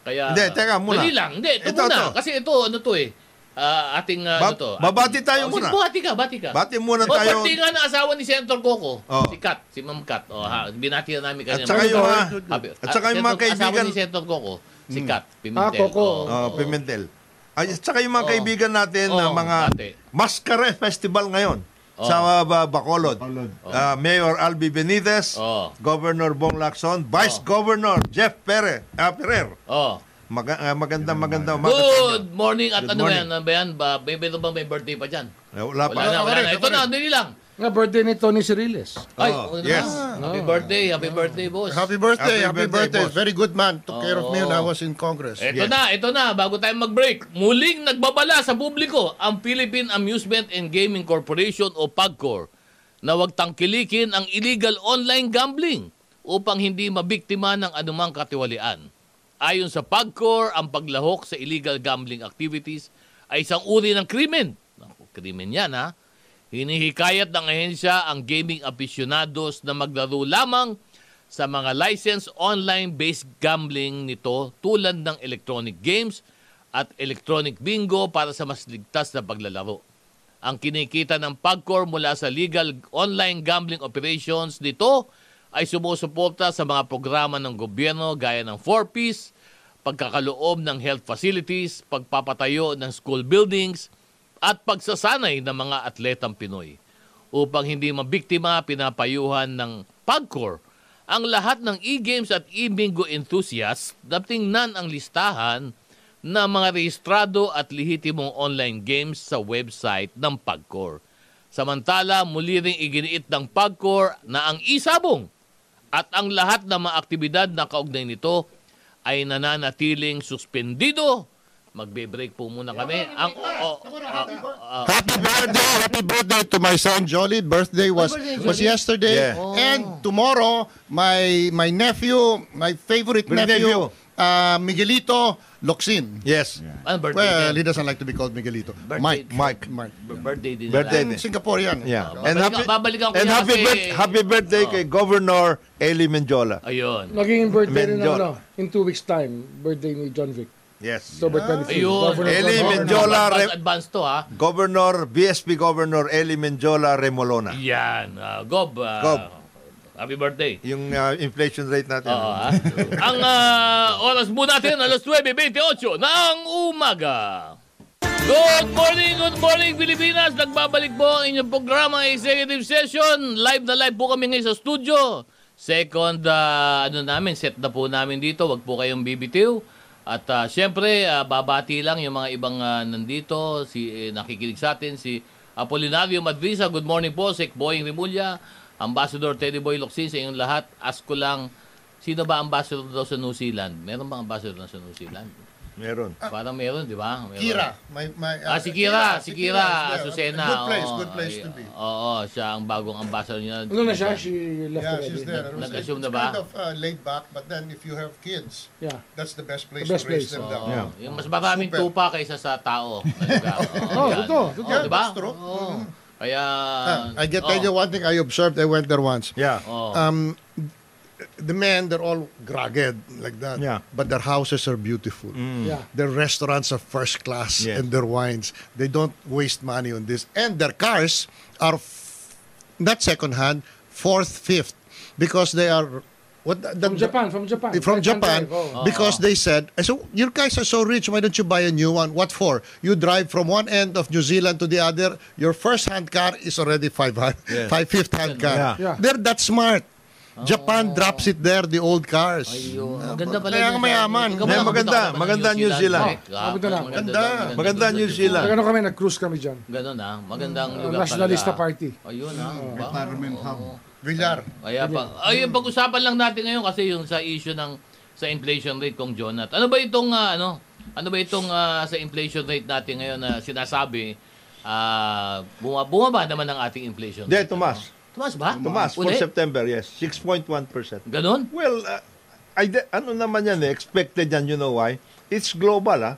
S1: Kaya,
S6: Hindi, teka muna.
S1: Dali lang. Hindi, ito,
S6: Ito,
S1: muna.
S6: ito.
S1: Kasi ito, ano to eh. Ah, ating, ah,
S6: Ba-
S1: ano to.
S6: babati tayo
S1: Oh, sige,
S6: muna.
S1: Bati ka, bati ka.
S6: Bati muna
S1: Oh,
S6: tayo.
S1: pati nga na asawa ni Senator Coco.
S6: Oh.
S1: Si Kat, si Ma'am Kat. Oh, ha, binati na namin
S6: At
S1: kanya.
S6: saka yung ah, mga,
S1: Sabi-
S6: at saka
S1: Senator-
S6: yung mga
S1: Ah, Asawa
S6: kaibigan, Hmm.
S1: ni Senator Coco, si Kat Pimentel.
S4: Ah, Coco.
S6: oh, Pimentel. Ay, at saka yung mga
S1: Oo.
S6: kaibigan natin na
S1: Oo,
S6: mga
S1: dati.
S6: Mascare Festival ngayon
S1: Oo.
S6: sa uh, Bacolod.
S9: Bacolod.
S6: Ah, Mayor Albi Benitez,
S1: Oo.
S6: Governor Bong Lacson, Vice Governor Jeff Pere, ah, Ferrer.
S1: Oh.
S6: Maga, ah, maganda, maganda. umaga sa
S1: Good morning at
S6: Good
S1: ano
S6: morning.
S1: yan, ano ba yan? Ba, may, may, ba may birthday pa dyan?
S6: inyo. Eh, Wala pa.
S1: Wala na, wala na. Ito na, dali lang.
S4: Nga birthday ni Tony Ciriles.
S1: Ay,
S6: Oh,
S1: ano na?
S6: yes.
S1: Happy birthday, happy
S4: Ah.
S1: birthday, boss.
S5: Happy birthday,
S6: Happy
S5: happy,
S6: birthday,
S5: birthday.
S6: boss. Oh.
S5: Very good man. Took care of me when I
S1: Oo.
S5: was in Congress.
S1: Ito na, ito na, bago tayo mag-break. Muling nagbabala sa publiko ang Philippine Amusement and Gaming Corporation o PAGCOR na huwag tangkilikin ang illegal online gambling upang hindi mabiktima ng anumang katiwalian. Ayon sa PAGCOR, ang paglahok sa illegal gambling activities ay isang uri ng krimen. Naku, krimen yan ha. Hinihikayat ng ahensya ang gaming aficionados na maglaro lamang sa mga licensed online-based gambling nito tulad ng electronic games at electronic bingo para sa mas ligtas na paglalaro. Ang kinikita ng PAGCOR mula sa legal online gambling operations nito ay sumusuporta sa mga programa ng gobyerno gaya ng 4Ps, pagkakaloob ng health facilities, pagpapatayo ng school buildings, at pagsasanay ng mga atletang Pinoy. Upang hindi mabiktima, pinapayuhan ng PAGCOR ang lahat ng e-games at e-bingo enthusiasts na tingnan ang listahan ng mga rehistrado at lehitimong online games sa website ng PAGCOR. Samantala, muli ring iginiit ng PAGCOR na ang isabong at ang lahat ng mga aktibidad na kaugnay nito ay nananatiling suspendido. Magbe-break po muna kami. Ang oo, ah, ah,
S5: Happy birthday, happy birthday to my son Jolly. Birthday was was yesterday,
S6: Yeah.
S1: Oh.
S5: and tomorrow my my nephew, my favorite
S6: Good
S5: nephew,
S6: nephew.
S5: uh, Miguelito Loxin.
S6: Yes.
S1: ano birthday?
S5: Well,
S1: din?
S5: he doesn't like to be called Miguelito.
S1: Birthday.
S5: Mike, Mike, Mike.
S1: birthday din.
S6: Birthday
S1: nila.
S6: din.
S5: Singaporean. Uh,
S6: Yeah.
S1: Babalikan- babalikan ko
S6: and
S1: yan
S6: happy,
S1: kasi-
S6: birth- happy birthday kay Governor Eli Menjola.
S1: Ayun.
S4: Magiging birthday rin ng
S6: Mendoza.
S4: ano, in two weeks time, birthday ni John Vic.
S6: Yes.
S4: October 23.
S1: Ayun.
S4: Governor
S6: Eli
S4: John Vic.
S6: Mendoza.
S1: Advance, advance to ha.
S6: Governor, BSP Governor Eli Menjola Remolona.
S1: Yan. ah, Gob. ah,
S6: Gob.
S1: Happy birthday.
S6: Yung ah, inflation rate natin.
S1: Oo, ha? Ang ah, oras po natin, alas 9.28 ng umaga. Good morning, good morning Pilipinas! Nagbabalik po ang inyong programa Executive Session. Live na live po kami ngayon sa studio. Second, ah, ano namin, set na po namin dito. Huwag po kayong bibitiw. At ah, syempre, ah, babati lang yung mga ibang ah, nandito, si eh, nakikinig sa atin, si Apolinario Madrisa. Good morning po, Sek Boying Rimulya, Ambassador Teddy Boy Locsin, sa inyong lahat. Ask ko lang, sino ba ambassador daw sa New Zealand? Meron bang ambassador na sa New Zealand?
S6: Meron.
S1: Parang meron, di ba? Meron.
S5: Kira. My, my,
S1: Ah,
S5: uh,
S1: si Kira, si Oh, Kira,
S5: is there.
S1: Azucena.
S5: Good place,
S1: oo.
S5: good place to
S1: Ay,
S5: be.
S1: Oo, siya ang bagong ambassador niya.
S4: Ano na siya? She left
S5: Yeah,
S4: already.
S5: she's there.
S1: Nag- nag-assume diba?
S5: It's
S1: na ba?
S5: Kind of uh, laid back, but then if you have kids,
S4: Yeah.
S5: that's the best place
S4: The best
S5: to raise
S4: place.
S5: them
S1: Oo,
S5: down.
S1: Oh, Yung mas maraming
S5: Super.
S1: tupa kaysa sa tao. Talaga. Oo,
S4: Oo,
S1: yan.
S4: totoo,
S1: Oo,
S5: totoo.
S1: di ba?
S5: That's true.
S1: Oo. Kaya... oh,
S5: Ah, I can tell
S1: oo.
S5: you one thing I observed. I went there once.
S6: oh. Yeah.
S1: Oo.
S5: Um, the men, they're all gragged like that.
S6: Yeah. Mm.
S5: But their houses are beautiful.
S1: Hmm.
S4: Yeah.
S5: Their restaurants are first class
S6: Yes.
S5: and their wines. They don't waste money on this. And their cars are f- not second hand, fourth, fifth, because they are. What the,
S4: From Japan, from Japan.
S5: From
S4: Right-hand
S5: Japan,
S4: drive,
S1: Ah.
S4: oh. oo.
S5: because they said, "So you guys are so rich. Why don't you buy a new one? What for? You drive from one end of New Zealand to the other. Your first-hand car is already five hun-
S6: Yeah.
S5: five fifth-hand car.
S6: Yeah.
S4: Yeah.
S5: They're that smart. Japan drops it there, the old cars.
S1: Ayun.
S4: Ah,
S1: Ang ganda pala. niya.
S5: Kaya ang mayaman.
S1: Ikaw
S6: Kaya
S1: ba,
S6: maganda,
S1: napunta ka ba ng
S6: maganda New Zealand.
S1: Correct. Ah,
S4: maganda lang.
S1: maganda-
S6: Maganda New Zealand.
S4: Nag-ano ano kami, nag-cruise kami dyan.
S1: Ganun ah. Magandang lugar
S4: Nationalista
S1: talaga.
S4: Party.
S1: Ayun ah. ba?
S5: Villar.
S1: Kaya pa, ay, yung pag-usapan lang natin ngayon kasi yung sa issue ng sa inflation rate kong Jonat. Ano ba itong ah, ano? Ano ba itong ah, sa inflation rate natin ngayon na sinasabi ah buma, bumaba naman ang ating inflation
S6: Hindi,
S1: rate?
S6: Tomas.
S1: Tumas ba?
S6: Tomas, for
S1: Uli?
S6: September, yes. 6.1%.
S1: Ganon?
S6: Well, uh, I de- ano naman yan eh, expected yan, you know why? It's global ah.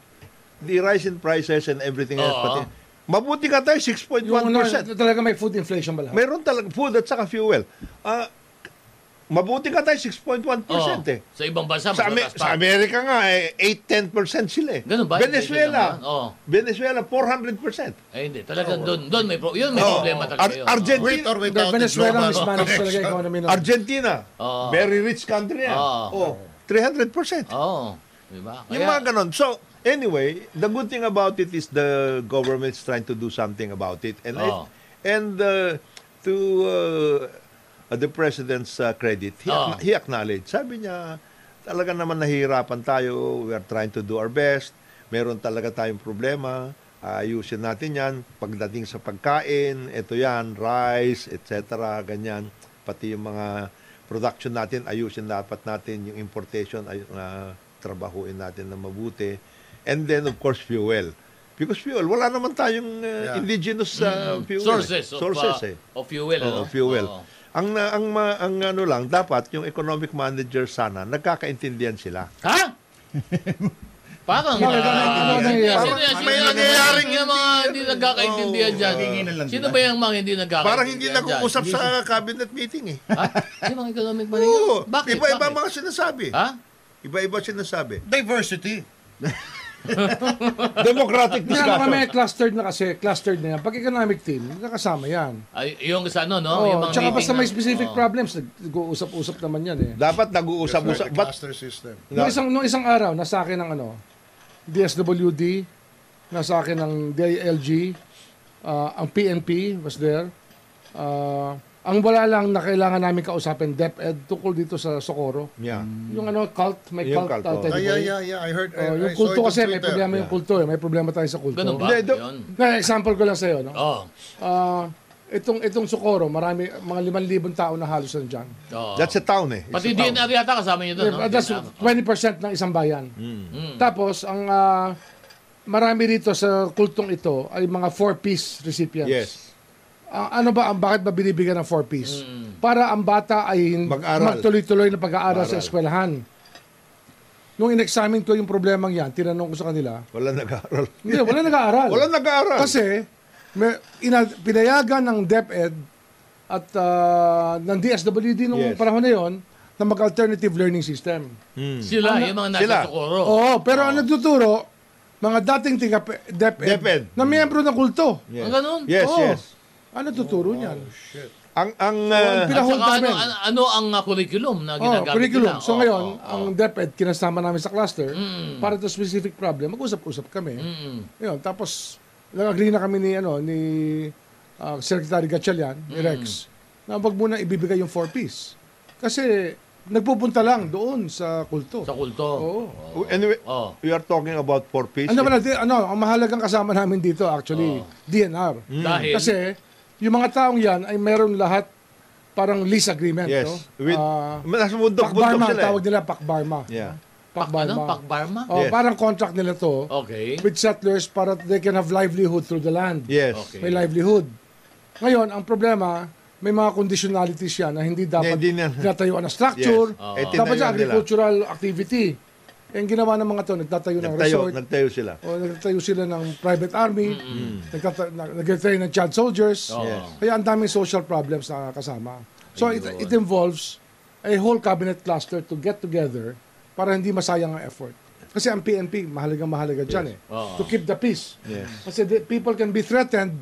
S6: The rise in prices and everything else.
S1: Oo.
S6: Pati, Mabuti nga tayo, 6.1%.
S4: Yung ano, talaga may food inflation ba lahat?
S6: Meron talaga food at saka fuel. Ah, mabuti nga tayo, 6.1% eh.
S1: Oh, Sa ibang bansa,
S6: Sa, Ame-
S1: mataas pa.
S6: sa Amerika nga, eh, 8-10% sila eh.
S1: Ganun ba? Ganun
S6: Venezuela,
S1: naman, oo.
S6: Venezuela, 400%.
S1: Ay, hindi. Talagang doon, doon may, pro- yun may problema talaga
S6: Oh. Ar-
S1: yun.
S6: Argentina,
S5: With or
S4: The
S5: without the
S4: Venezuela
S5: global
S4: mismanaged talaga yung economy nun.
S6: Argentina,
S1: Oo.
S6: very rich country yan.
S1: Oo.
S6: Oh,
S1: Oo.
S6: 300%.
S1: Oh, diba? Kaya,
S6: Yung mga ganun. So, anyway, the good thing about it is the government's trying to do something about it. And I-
S1: Oh.
S6: and uh, to uh, the president's uh, credit,
S1: Oh.
S6: he, acknow- he acknowledged. Sabi niya, talaga naman nahihirapan tayo. We are trying to do our best. Meron talaga tayong problema. Ayusin natin yan. Pagdating sa pagkain, ito yan, rice, etc., ganyan. Pati yung mga production natin, ayusin dapat natin. Yung importation, ay, na trabahuin natin na mabuti. And then, of course, fuel. Because fuel, wala naman tayong uh, indigenous uh, fuel. eh.
S1: sources of,
S6: Sources,
S1: uh,
S6: eh.
S1: of fuel. ano?
S6: Oo, fuel.
S1: Oo.
S6: Ang, na- ang, ma- ang ano lang, dapat yung economic manager sana, nagkakaintindihan sila.
S1: Ha? Parang
S4: Bakit? Ano-
S1: ah,
S4: ano nangyayari?
S1: sino yan? Sino
S11: May
S1: yung-
S11: nangyayaring
S1: yung mga hindi nagkakaintindihan dyan?
S12: Nanginginan lang
S1: Sino
S12: sila.
S1: ba yung mga hindi nagkakaintindihan
S11: Parang hindi
S1: dyan?
S11: nag-uusap sa cabinet meeting eh.
S1: Ha? Sino mga economic ba
S11: Oo.
S1: Bakit?
S11: Iba-iba
S1: Bakit?
S11: mga sinasabi.
S1: Ha?
S11: Iba-iba sinasabi.
S12: Diversity.
S6: Democratic
S4: Hindi naman
S6: discussion.
S4: may clustered na kasi, clustered na yan. Pag economic team, nakasama yan.
S1: Ay, yung sa ano, no?
S4: Oh,
S1: yung mga meeting
S4: tsaka
S1: oh.
S4: basta
S1: na-
S4: may specific
S1: Oo.
S4: problems, nag-uusap-usap naman yan eh.
S6: Dapat nag-uusap-usap.
S5: The
S6: But,
S5: cluster system.
S4: Nung isang, nung isang araw, nasa akin ng ano, DSWD, nasa akin ng DILG, ah, ang PNP was there. Ah, ang wala lang na kailangan namin kausapin, DepEd, tungkol dito sa Socorro.
S6: yeah.
S4: Yung ano, cult, may
S6: Yung cult,
S4: cult, ah,
S6: oh.
S5: Ah,
S4: Teddy
S5: yeah,
S4: Boy.
S5: yeah, yeah. I heard. I,
S4: Oh,
S5: I saw
S4: yung
S5: it
S4: kulto
S5: on
S4: kasi, may
S5: Twitter.
S4: problema yung kulto eh. May problema tayo sa kulto.
S1: Ganun ba? Oh.
S6: Hindi, do-
S1: Yun.
S4: Kaya example ko lang sa'yo, no?
S1: Oo.
S4: Ah, itong, itong Socorro, marami, mga 5,000 tao na halos nandyan.
S1: Oo.
S6: That's a town eh. It's
S1: Pati
S6: a town.
S1: DNR yata kasama niyo doon, no?
S4: Yeah, uh, That's
S1: DNR.
S4: 20% ng isang bayan.
S6: Hmm.
S4: Tapos, ang ah, marami rito sa kultong ito ay mga four-piece recipients.
S6: Yes.
S4: Ang- ano ba, ang bakit ba binibigyan ng four-piece? Para ang bata ay hin-
S6: Hmm. Mag-aral.
S4: magtuloy-tuloy na pag-aaral sa
S6: Mag-aral.
S4: eskwelahan. Nung in-examine ko yung problemang yan, tinanong ko sa kanila,
S6: Wala nag-aaral.
S4: hindi, wala nag-aaral.
S6: Wala nag-aaral.
S4: Kasi, may, ina, pinayagan ng DepEd at ah, ng DSWD nung
S6: Yes.
S4: panahon na yon na mag-alternative learning system.
S1: Sila, yung mga nasa
S6: Sila.
S1: Socorro.
S4: Hmm. Ano? Oo, pero ang nagtuturo, mga dating tiga DepEd,
S6: DepEd.
S4: na miyembro ng kulto.
S6: Yes.
S1: Ang ganun?
S6: Yes,
S4: Oo.
S6: yes.
S4: Ano tuturo niyan?
S6: Ang, ang, uh,
S1: At
S4: Pinahol
S1: saka ano,
S4: namin.
S1: ano, ano ang uh, curriculum na
S4: Oh,
S1: ginagamit
S4: curriculum.
S1: nila?
S4: So
S1: Oo,
S4: ngayon,
S1: oo, oo.
S4: ang DepEd, kinasama namin sa cluster para to specific problem. Mag-usap-usap kami.
S1: Mm.
S4: Yun, tapos, nag-agree na kami ni, ano, ni ah, Secretary Gatchalian, ni
S1: Mm.
S4: Rex, na wag muna ibibigay yung four-piece. Kasi, nagpupunta lang doon sa kulto.
S1: Mm. Sa kulto.
S4: Oo.
S6: anyway,
S1: Oh.
S6: we are talking about four piece.
S4: Ano ba natin, ano, ang mahalagang kasama namin dito actually, DNR.
S1: Dahil?
S4: Hmm. Kasi yung mga taong yan ay meron lahat parang lease agreement,
S6: Yes.
S4: no?
S6: With,
S4: Ah,
S6: nasa bundok-bundok
S4: Pakbarma,
S6: sila eh.
S4: tawag nila Pakbarma.
S6: Yeah.
S1: Pak, ano? Pak Oh. Barma?
S4: Oh,
S6: Yes.
S4: parang contract nila to
S1: Okay.
S4: with settlers para they can have livelihood through the land.
S6: Yes.
S1: Okay.
S4: May livelihood. Ngayon, ang problema, may mga conditionalities yan na hindi dapat
S6: Hindi na-
S4: natayuan na
S6: Yes.
S4: structure,
S1: Ah.
S6: Oo. Eh,
S4: dapat
S6: tinayuan nila.
S4: sa agricultural activity. Eh, Ang ginawa ng mga to, nagtatayo ng
S6: Nagtayo,
S4: resort,
S6: nagtayo sila.
S4: o nagtatayo sila ng private army, nagtata- nag- nagtatayo ng child soldiers.
S1: Oo.
S6: Yes.
S4: Kaya ang daming social problems na kasama. So it, it involves a whole cabinet cluster to get together para hindi masayang ang effort. Kasi ang PNP, mahalagang mahalaga dyan eh.
S1: Oo.
S4: To keep the peace.
S6: Yes.
S4: Kasi the- people can be threatened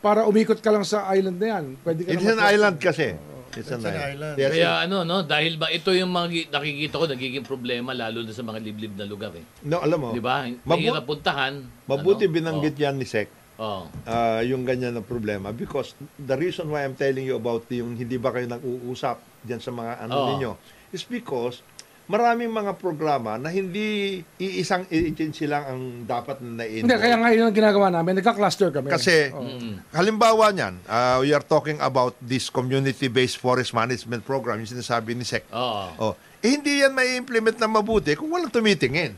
S4: para umikot ka lang sa island na yan. Pwede ka Oh.
S6: It's
S4: na
S6: an
S4: ma-threaten.
S6: island kasi. It's an
S5: It's an
S6: island.
S5: island.
S6: Yes.
S1: Kaya ano, no? Dahil ba ito yung mga gi- nakikita ko nagiging problema lalo na sa mga liblib na lugar eh.
S6: No, alam mo.
S1: Di ba?
S6: Oh. Mabu-
S1: Mahirap puntahan.
S6: Mabuti
S1: Ano? Oh.
S6: binanggit yan ni Sec
S1: Oo.
S6: ah, yung ganyan na problema because the reason why I'm telling you about yung hindi ba kayo nag-uusap diyan sa mga ano
S1: Oo.
S6: ninyo is because maraming mga programa na hindi iisang agency lang ang dapat na nai
S4: Hindi, kaya nga yun ang ginagawa namin. Nagka-cluster kami.
S11: Kasi, mm-hmm.
S4: Oo.
S11: halimbawa niyan, ah, we are talking about this community-based forest management program, yung sinasabi ni Sec.
S1: Oo.
S11: Oh, eh, hindi yan may implement na mabuti kung walang tumitingin.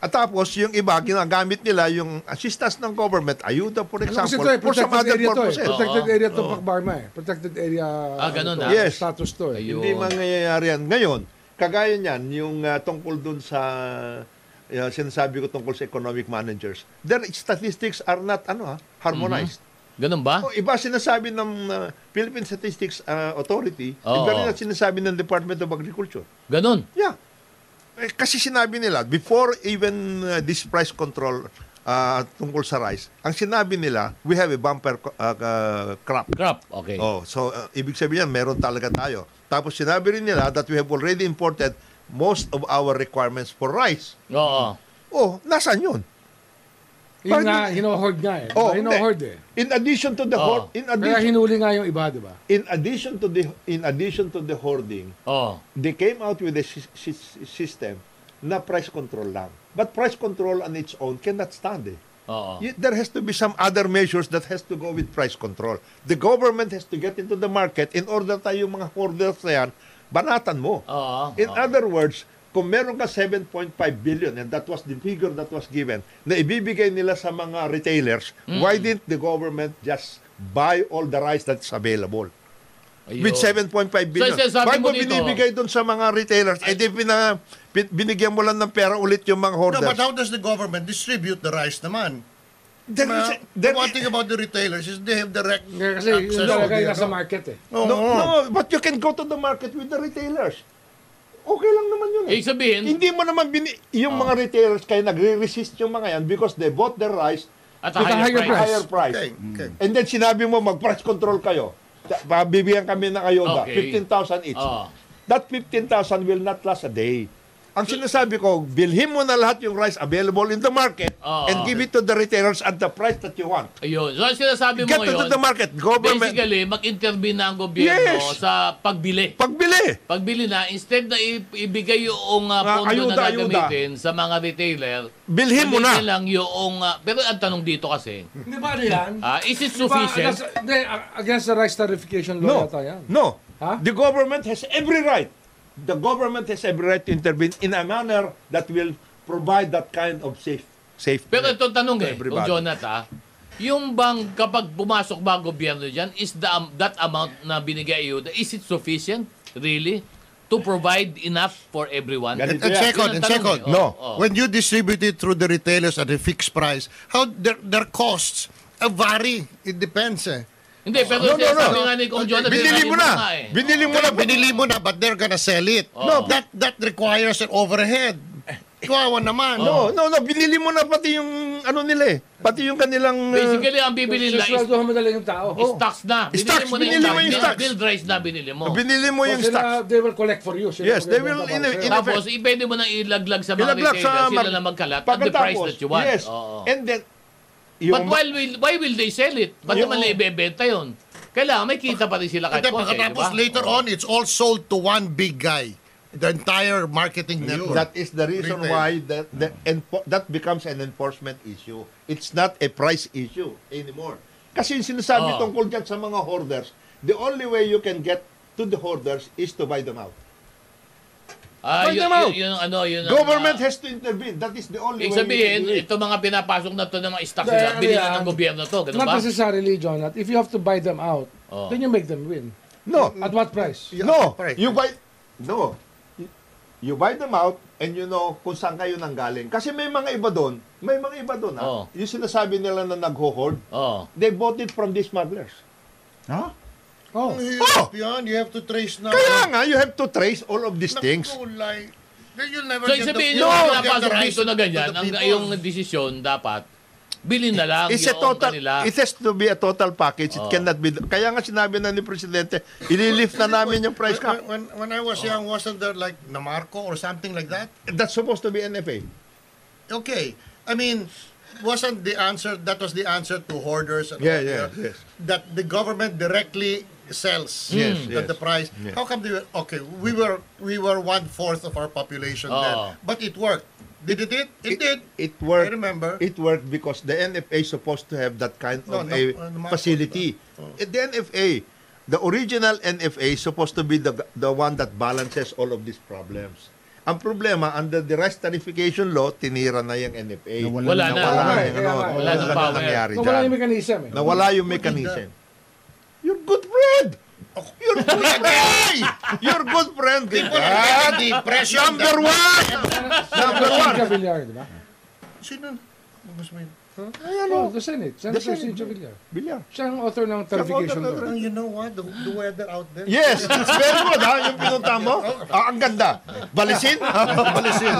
S11: At tapos, yung iba, ginagamit nila yung assistance ng government, ayuda, for
S4: Ano kasi
S11: example,
S4: ito eh,
S11: for some
S4: protected
S11: other
S4: area to eh.
S11: purposes.
S4: Protected
S1: Oo.
S4: area to Pakbarma eh. Protected area
S1: Ah, ganun
S4: ano to,
S1: ah.
S6: Yes.
S4: status to eh.
S1: Ayun.
S6: Hindi mangyayari yan. Ngayon, kagaya niyan, yung
S11: uh,
S6: ah, tungkol dun sa ah, sinasabi ko tungkol sa economic managers, their statistics are not, ano ha, harmonized.
S1: Ganun ba?
S6: O, Oh, iba sinasabi ng uh, Philippine Statistics uh, Authority,
S1: Oo.
S6: iba rin ang sinasabi ng Department of Agriculture.
S1: Ganun.
S6: Yeah. Eh, kasi sinabi nila, before even uh, this price control uh, tungkol sa rice, ang sinabi nila, we have a bumper co- uh, uh, crop.
S1: Crap. Okay.
S6: Oh, so uh, ibig sabihin yan, meron talaga tayo. Tapos sinabi rin nila that we have already imported most of our requirements for rice.
S1: Oo.
S6: Oh, nasaan yun?
S4: Yun
S6: Bakit
S4: nga,
S6: yun?
S4: hinohord nga eh.
S6: Oh, hindi.
S4: hinohord eh.
S6: In addition to the
S1: Oh.
S6: hoard, in
S4: Kaya
S6: addition,
S4: hinuli nga yung iba, diba? di ba?
S6: in addition to the in addition to the hoarding,
S1: Oo.
S6: they came out with a sys- sys- system na price control lang. But price control on its own cannot stand eh.
S1: Oo.
S6: Y- There has to be some other measures that has to go with price control. The government has to get into the market in order tayo yung mga hoarders na yan, banatan mo.
S1: Oo.
S6: In other words, kung meron ka 7.5 billion and that was the figure that was given na ibibigay nila sa mga retailers, why didn't the government just buy all the rice that's available?
S1: Ayun.
S6: With 7.5 billion.
S1: sinasabi
S6: Bakit
S1: mo
S6: mo
S1: dito-
S6: binibigay doon sa mga retailers? Eh di pina, bin- binigyan mo lang ng pera ulit yung mga
S5: No,
S6: hoarders.
S5: but how does the government distribute the rice naman?
S6: There
S5: Ma-
S6: is- there
S5: the
S6: is-
S5: one thing about the retailers is they have direct
S4: Kaya Kasi
S5: access
S4: yun
S5: to
S4: talaga
S5: the-
S4: yung nasa market eh.
S5: Oo.
S6: no, no, but you can go to the market with the retailers. Okay lang naman yun. eh.
S1: Ibig sabihin,
S6: Hindi mo naman bini- yung mga retailers kaya nagre-resist yung mga yan because they bought their rice
S1: at a higher,
S4: higher
S1: price.
S4: price.
S6: higher price.
S5: Okay, okay.
S6: And then sinabi mo mag-price control kayo. Ta- Bibigyan kami ng ayuda,
S1: Okay. Ah.
S6: 15,000 each.
S1: Oo.
S6: That 15,000 will not last a day. Ang sinasabi ko, bilhin mo na lahat yung rice available in the market
S1: Oo.
S6: and give it to the retailers at the price that you want.
S1: Ayun. So, ang sinasabi mo
S6: Get
S1: ngayon,
S6: to the market. Government,
S1: basically, mag-intervene na ang gobyerno
S6: Yes.
S1: sa pagbili.
S6: pagbili.
S1: Pagbili na, instead na i- ibigay yung uh,
S6: Ah,
S1: pondo
S6: ayuda,
S1: na
S6: ayuda.
S1: gagamitin sa mga retailer,
S6: Bilhin mo
S1: bilhin
S6: na.
S1: lang yung... uh, pero ang tanong dito kasi,
S4: Hindi ba ano yan?
S1: ah, is it
S4: Diba,
S1: sufficient?
S4: nasa- Hindi, a- against the rice tariffication law
S6: No.
S4: yata yan.
S6: No.
S4: Ha?
S6: The government has every right. The government has every right to intervene in a manner that will provide that kind of safe safety.
S1: Pero ito tanong eh, kung
S6: Everybody.
S1: Jonat ah, yung bang kapag pumasok ba ang gobyerno dyan, is the, that amount na binigay iyo, is it sufficient, really, to provide enough for everyone?
S6: Ganito
S5: And
S6: Yeah.
S5: second,
S1: Yun ang
S5: and
S1: tanong
S5: second,
S1: eh. Oo,
S5: no.
S1: oo.
S5: When you distribute it through the retailers at a fixed price, how their, their costs uh, vary. It depends. Eh.
S1: Hindi, pero
S5: No, no, no.
S1: sabi nga ni Kung Jonat,
S5: Binili
S1: sinabi
S5: mo
S1: nga
S5: na.
S1: eh.
S5: Binili mo na. Binili mo na, but they're gonna sell it. No, that that requires an overhead. Kawawa naman.
S6: No, no, no. Binili mo na pati yung ano nila eh. Pati yung kanilang... uh,
S1: Basically, ang bibili nila is
S4: Sasweldohan mo talaga yung tao.
S1: stocks na. Binili
S6: Oh. Stocks,
S1: mo na
S6: binili mo yung
S1: Build-
S6: stocks.
S1: Build rice na binili mo.
S6: oh, binili mo yung
S4: Kasi
S6: stocks.
S4: na, they will collect for you. Sila
S6: Yes, they
S4: magbebenta
S6: will
S4: para
S6: in a-
S4: sa'yo.
S6: in a-
S1: Tapos, i- pwede mo na ilaglag sa mga
S6: Ilaglag
S1: retailer,
S6: sa
S1: sila
S6: mar-
S1: na magkalat at the price
S6: Pagkatapos,
S1: that you want.
S6: Yes.
S1: Oo.
S6: And then,
S1: But
S6: yung-
S1: why will, why will they sell it? Ba't
S6: Yung-
S1: naman nila ibebenta yun? Kailangan may kita pa rin sila
S5: And
S1: kahit
S5: then,
S1: konti,
S5: pagkatapos
S1: di ba?
S5: later
S1: Oo.
S5: on, it's all sold to one big guy. The entire marketing network.
S6: That is the reason
S5: Retail.
S6: why that the enfor- that becomes an enforcement issue. It's not a price issue anymore. Kasi yung sinasabi
S1: Oh.
S6: tungkol dyan sa mga hoarders, the only way you can get to the hoarders is to buy them out.
S1: Ah,
S6: Find
S1: yun,
S6: them out.
S1: yun, yun, ang ano, yun ang,
S6: Government
S1: ah,
S6: has to intervene. That is the only
S1: Ibig
S6: way
S1: sabihin,
S6: you can do it.
S1: ito mga pinapasok na to ng mga stocks
S4: Kaya
S1: nila, binigyan
S4: yan.
S1: ng gobyerno to, ganun
S4: Not
S1: ba?
S4: necessarily, Jonat. If you have to buy them out,
S1: Oo.
S4: then you make them win.
S6: No,
S4: At what price?
S6: no.
S5: right.
S6: You buy, no. You buy them out and you know kung saan kayo nanggaling. Kasi may mga iba doon, may mga iba doon.
S1: Oh.
S6: ah. Yung sinasabi nila na nag-hoard,
S1: Oo.
S6: they bought it from these smugglers.
S4: Oh.
S5: Hirap yan. You have to trace na.
S6: Kaya nga, you have to trace all of these
S5: Naku,
S6: things.
S5: like, Then you'll never
S1: So,
S5: get
S1: ibig
S5: the-
S1: sabihin, yung
S5: you'll never get the
S1: pinapasok
S5: rice
S1: dito na
S5: to the
S1: ganyan, ang
S5: people.
S1: iyong desisyon dapat, bilhin na lang
S6: It's a
S1: yung
S6: total,
S1: kanila.
S6: it has to be a total package. It
S1: Oh.
S6: cannot be, kaya nga sinabi na ni Presidente, ililift na namin yung price cap.
S5: When, when, when I was young, wasn't there like Namarco or something like that?
S6: That's supposed to be NFA.
S5: Okay. I mean, wasn't the answer, that was the answer to hoarders and
S6: Yeah,
S5: all
S6: yeah,
S5: that,
S6: yes.
S5: that the government directly sells
S6: Yes,
S5: at
S6: yes.
S5: the price.
S6: Yeah.
S5: How come they were, okay, we were, we were one-fourth of our
S1: Oo.
S5: population
S4: Oh.
S5: then, but it worked. Did it? It, it did.
S6: It worked.
S5: I remember.
S6: It worked because the NFA is supposed to have that kind
S5: No,
S6: of
S5: no,
S6: a
S5: uh, no,
S6: facility. Eh, The NFA, the original NFA is supposed to be the, the one that balances all of these problems. Ang problema, under the rice tarification law, tinira na yung NFA.
S1: Wala na.
S6: Nawala
S4: Wala
S6: yung
S4: na.
S6: ano,
S4: Wala
S6: wala
S4: na
S6: na
S1: power.
S6: nangyari
S4: Kung wala
S6: dyan.
S4: yung mechanism eh.
S6: Nawala yung mechanism. You're good friend. You're good friend. You're good friend.
S5: People are getting the impression
S6: Number
S5: that-
S6: one.
S4: Number one. Villar, di ba?
S5: Sino? Ano ba sabihin?
S4: Ayan oh, the Senate. Senator Cynthia Villar.
S9: Villar.
S4: Siya ang author ng tariffication
S9: author
S4: law.
S3: Parang you know what? The, the weather out there.
S6: Yes, it's very good ha, yung pinunta mo. Ah, ang ganda. Balisin? Balisin.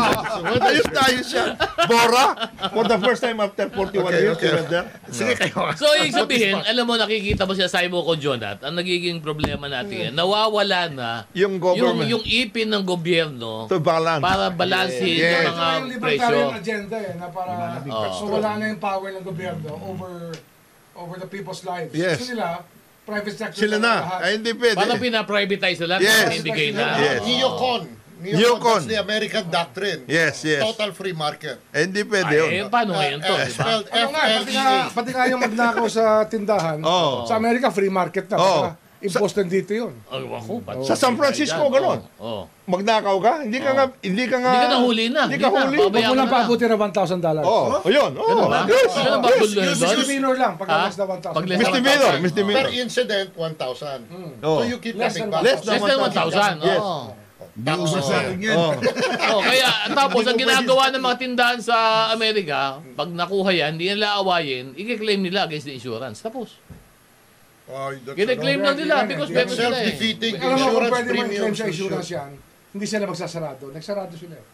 S6: ayos na ayos siya. Bora, for the first time after 41
S5: Okay,
S6: years,
S5: okay.
S6: you were there. Ah.
S5: Sige kayo.
S1: So, ibig sabihin, alam mo, nakikita mo siya sa mo ko, John, at ang nagiging problema
S4: Mm.
S1: natin, eh, nawawala na yung,
S6: Yung government.
S1: yung ipin ng gobyerno
S6: to balance.
S1: para balansin
S6: Yes. Oh.
S1: yung mga
S4: Ito yung
S1: presyo.
S4: libertarian agenda eh, na para so wala na yung power ng gobyerno over over the people's lives.
S6: Yes.
S4: Kasi nila, private sector
S6: Sila na.
S4: lahat.
S6: Ay, hindi pwede.
S1: Parang pinaprivatize na lang,
S6: Yes.
S1: pinibigay na.
S5: Ah,
S6: Yes.
S3: Neocon.
S6: Neocon.
S3: Neocon. That's the American doctrine.
S6: Yes, yes.
S1: Tota.
S3: Total free market.
S6: Ay, hindi pwede yun.
S1: Ay, eh, paano ngayon to,
S3: Uh, uh,
S1: di ba?
S3: spelled
S4: Ano nga,
S5: E
S4: pati nga,
S6: E.
S3: F-L-E-A.
S4: pati nga yung magnakaw sa tindahan.
S6: Oo.
S4: Sa Amerika, free market na.
S6: Oo.
S4: Baka Impost din dito yun.
S1: Ay, wako, Oh, ba't
S6: Sa San Francisco,
S1: Yan,
S6: ganon.
S1: Oo.
S6: Magnakaw ka? Hindi ka nga, hindi ka nga.
S1: oh. Hindi ka nahuli na.
S6: Ah, Hindi ka
S1: Hindi na.
S6: huli.
S1: Babayaran.
S4: Huwag mo lang
S1: na.
S4: paabuti ng 1,000 dollars.
S6: Oh, yun.
S1: Ganun
S6: Oh,
S1: ba?
S6: yes.
S1: Ganun ba? Good na yun, Don?
S4: Misdemeanor lang,
S1: Ha?
S4: pagka less than 1,000.
S1: Pag less
S6: Mr.
S1: than
S6: Miller,
S1: 1,000.
S6: Mr.
S3: Per
S6: Miller.
S3: incident, 1,000.
S6: Oh.
S3: So you keep
S4: Less
S3: coming
S4: than
S3: back.
S6: Less than
S1: Less than oh. 1,000.
S6: 1,000. Yes.
S1: Oo.
S3: Taxes na rin yun.
S6: Oh.
S1: Oh, kaya tapos ang ginagawa ng mga tindahan sa Amerika, pag nakuha yan, hindi nila aawayin, i-claim nila against the insurance. Tapos,
S3: Oh, that's
S1: gine-claim lang nila because meron sila eh.
S3: Self-defeating
S4: Alam mo, kung
S3: insurance
S4: pwede mo
S3: premium.
S4: i-claim sa insurance yan, hindi sila magsasarado. Nagsarado sila. eh.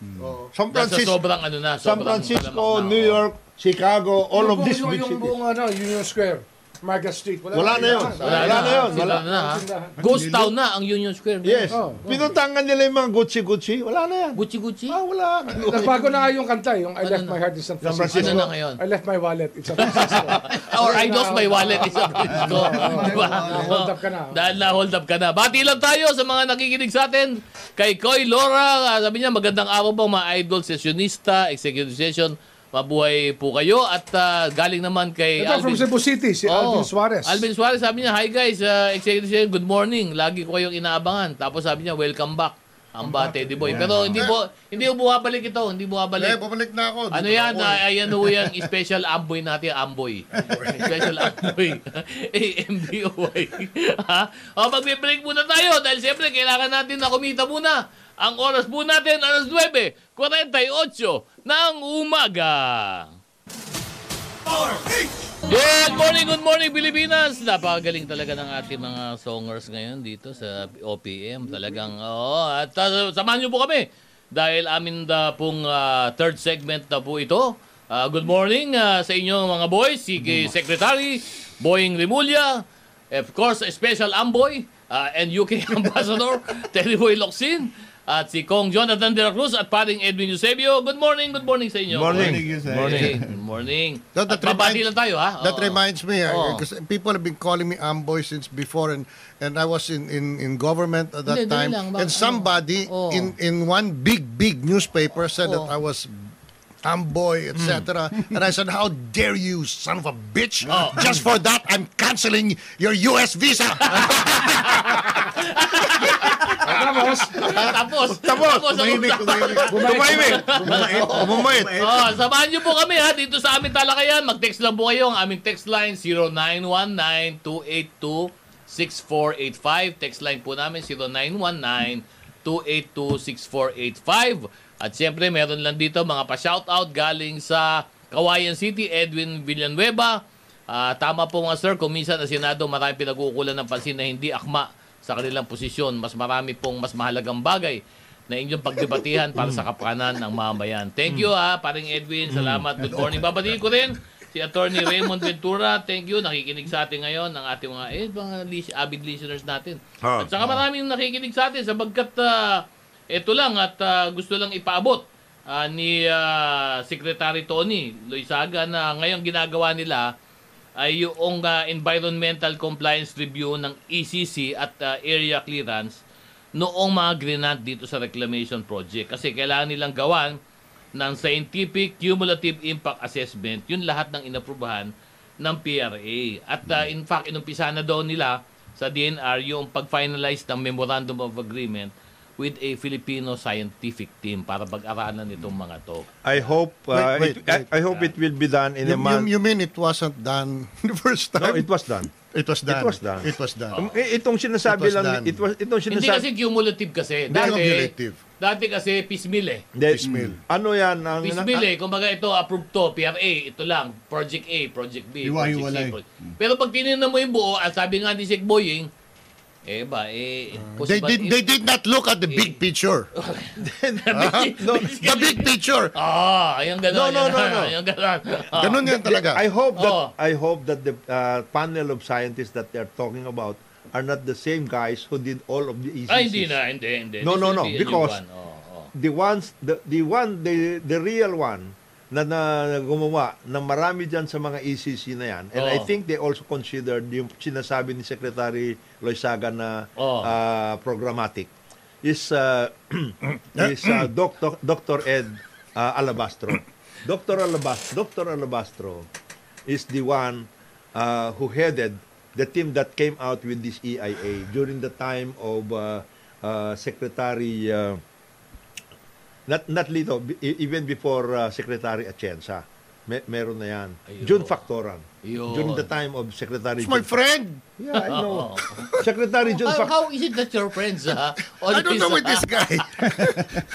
S1: Nasa
S6: San Francisco,
S1: sobrang ano na.
S6: San
S1: sobrang
S6: Francisco,
S1: talamak na,
S6: New
S1: oh.
S6: York, Chicago, all
S4: Yung
S6: of
S4: buong-
S6: these
S4: yung-
S6: big
S4: Yung
S6: cities.
S4: buong ano, Union Square, Market Street.
S6: Wala na yun.
S1: Wala,
S6: Wala
S1: na
S6: na yun,
S1: Wala
S6: wala.
S1: na. ha?
S4: Tindahan.
S1: Ghost town na ang Union Square.
S6: Yes.
S4: Oh, oh.
S6: Pinutangan nila yung mga Gucci-Gucci. Wala na yan.
S1: Gucci-gucci.
S6: Ah, wala.
S4: Nagbago na nga yung kanta, eh. yung I left my heart in San
S6: San
S4: Francisco.
S1: Ano na ngayon?
S4: I left my wallet in San Francisco.
S1: Or I lost my wallet is up to. Diba?
S4: Hold up ka na.
S1: Dahil na hold up ka na. Bati lang tayo sa mga nakikinig sa atin. Kay Koy Laura, ah, sabi niya magandang araw po mga idol, sessionista, executive session. Mabuhay po kayo at ah, galing naman kay
S4: Ito from Cebu City, si
S1: Oo.
S4: Alvin Suarez.
S1: Oh. Alvin Suarez sabi niya, "Hi guys, uh, executive session, good morning. Lagi ko kayong inaabangan." Tapos sabi niya, "Welcome back." Ang bate, di boy. Pero hindi po hindi po bumabalik ito, hindi
S3: Eh,
S1: bumabalik.
S3: bumalik na ako.
S1: Ano
S3: Dito na
S1: yan?
S5: eh.
S3: ako. eh.
S1: Ah, ayan ho yan. Special amboy natin. Amboy. Special amboy. A-M-B-O-Y. ha? O, magbe-break muna tayo dahil siyempre kailangan natin na kumita muna. Ang oras po natin, alas 9.48 ng umaga. Good morning, good morning Pilipinas! Napakagaling talaga ng ating mga songers ngayon dito sa OPM. Talagang, oo. At uh, samahan niyo po kami dahil amin na pong uh, third segment na po ito. Uh, good morning uh, sa inyo mga boys, si kay Secretary Boying Rimulya, of course, Special Amboy uh, and UK Ambassador Terry Boy Locsin, at si Kong Jonathan De La Cruz at paring Edwin Eusebio. Good morning, good morning sa inyo.
S6: Morning.
S1: Morning. Good morning.
S5: That-
S1: At
S5: that
S1: babati
S5: reminds-
S1: lang tayo ha.
S6: Oh.
S5: That
S1: Oo.
S5: reminds me,
S1: Oo.
S5: because people have been calling me Amboy since before, and and I was in in, in government at that
S1: Hindi, dali
S5: time,
S1: lang, Oh. baka-
S5: and somebody
S1: Oo.
S5: in in one big big newspaper said
S1: Oh.
S5: that I was. Amboy,
S6: Hmm.
S5: etc. and I said, How dare you, son of a bitch?
S6: Oh.
S5: Just for that, I'm canceling your US visa.
S4: Tapos,
S1: Tapos, tapos, tapos ano ang
S6: Tumahimik,
S1: utak.
S6: tumahimik. Tumahimik. Bumait.
S1: Oh, samahan niyo po kami ha dito sa aming talakayan. Mag-text lang po kayo ang aming text line 0919-282-6485. Text line po namin 0919-282-6485. At siyempre meron lang dito mga pa-shoutout galing sa Kawayan City, Edwin Villanueva. Ah, tama po mga sir, kung minsan ang Senado marami pinagkukulan ng pansin na hindi akma sa kanilang posisyon. Mas marami pong mas mahalagang bagay na inyong pagdebatihan para sa kapakanan ng mamayan. Thank you ha, paring Edwin. Salamat. Good morning. Babatiin ko rin si Attorney Raymond Ventura. Thank you. Nakikinig sa atin ngayon ng ating mga, eh, mga lis- avid listeners natin. At
S6: Ah.
S1: saka maraming nakikinig sa atin sabagkat ah, ito lang at ah, gusto lang ipaabot ah, ni ah, Secretary Tony Loizaga na ngayon ginagawa nila ay yung ah, environmental compliance review ng ECC at ah, area clearance noong mga grenade dito sa reclamation project kasi kailangan nilang gawan ng scientific cumulative impact assessment yun lahat ng inaprubahan ng PRA at ah, in fact inumpisa na daw nila sa DNR yung pag-finalize ng memorandum of agreement with a Filipino scientific team para pag-aralan itong mga to.
S6: I hope uh,
S5: Wait, wait,
S6: it, I, I hope it will be done in a
S5: You, you,
S6: month.
S5: you mean it wasn't done the first
S6: no,
S5: time?
S6: it was done.
S5: it was done.
S6: was done.
S5: It was done.
S6: Um, eh, itong sinasabi
S5: It was
S6: lang,
S5: done.
S6: it was, itong
S1: Hindi
S6: sinasabi,
S1: kasi cumulative kasi.
S5: Hindi cumulative.
S1: Dati kasi piecemeal eh.
S6: Hindi,
S5: piecemeal.
S6: ano yan? Ang,
S1: Piecemeal eh. Kumbaga ito, approved to, PRA, ito lang. Project A, Project B, Project C.
S5: Hiwa-hiwalay.
S1: Project...
S6: Hmm.
S1: Pero pag tinignan mo yung buo, at sabi nga ni Sek Boying, eh ba, eh...
S6: Ah,
S1: pos-
S5: They
S1: but
S5: did,
S1: it-
S5: they did not look at the
S1: Eh.
S5: big picture. Ah,
S6: Ah,
S5: The big picture.
S1: Ah, yung gano'n.
S6: No, no, no, no.
S1: Yung gano'n. Ah.
S5: Ganun yan talaga.
S6: I hope that
S1: Oh.
S6: I hope that the uh, panel of scientists that they're talking about are not the same guys who did all of the E ECCs.
S1: Ay, Ah, hindi na, hindi, hindi.
S6: No,
S1: This
S6: no,
S1: will
S6: no,
S1: be a new
S6: because-
S1: one. Oo, oo.
S6: The ones the, the one the the real one na, na gumawa na marami dyan sa mga ECC na yan. And I
S1: Oh.
S6: think they also considered yung sinasabi ni Secretary Loisaga na
S1: Oh.
S6: uh, programmatic is uh, is uh, Dr. Dr. Ed uh, Alabastro. Dr. Alabastro, Dr. Alabastro is the one uh, who headed the team that came out with this EIA during the time of uh, uh, Secretary uh, not not Lito, b- e- even before uh, Secretary Atienza. Me- meron na yan.
S1: Ayun.
S6: June Factoran.
S1: Yun.
S6: During the time of Secretary
S5: It's my
S6: June-
S5: friend.
S6: Yeah, I know. Secretary June
S1: How,
S6: Factoran.
S1: how is it that your friends, ha? All
S5: I don't
S1: this,
S5: know with
S1: ah,
S5: this guy.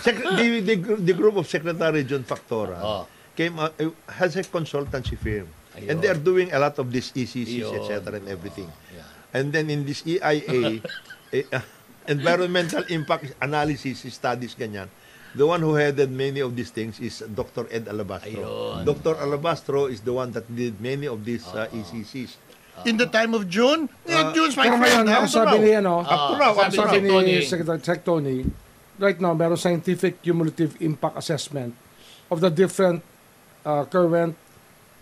S6: Sec- the, the, gr- the group of Secretary John Factora
S1: Oh.
S6: came out, uh, has a consultancy firm. And
S1: Ayun.
S6: they are doing a lot of these E
S1: Ayun.
S6: ECCs,
S1: Ah,
S6: etc. and everything.
S1: yeah.
S6: And then in this EIA, eh, uh, environmental impact analysis studies, ganyan, the one who headed many of these things is Dr. Ed Alabastro.
S1: Ayun. Ah.
S6: Dr. Alabastro is the one that did many of these uh, ECCs.
S5: In the time of June? Yeah, June's my
S4: Pero ngayon,
S5: friend. I
S4: ang
S5: don't
S4: sabi ni,
S5: know.
S4: ano,
S1: Ah,
S6: to now, up
S4: ang
S1: sabi
S4: sabi
S1: ni
S4: ni
S1: Tony.
S4: Secretary Sec Tony, right now, meron scientific cumulative impact assessment of the different uh, current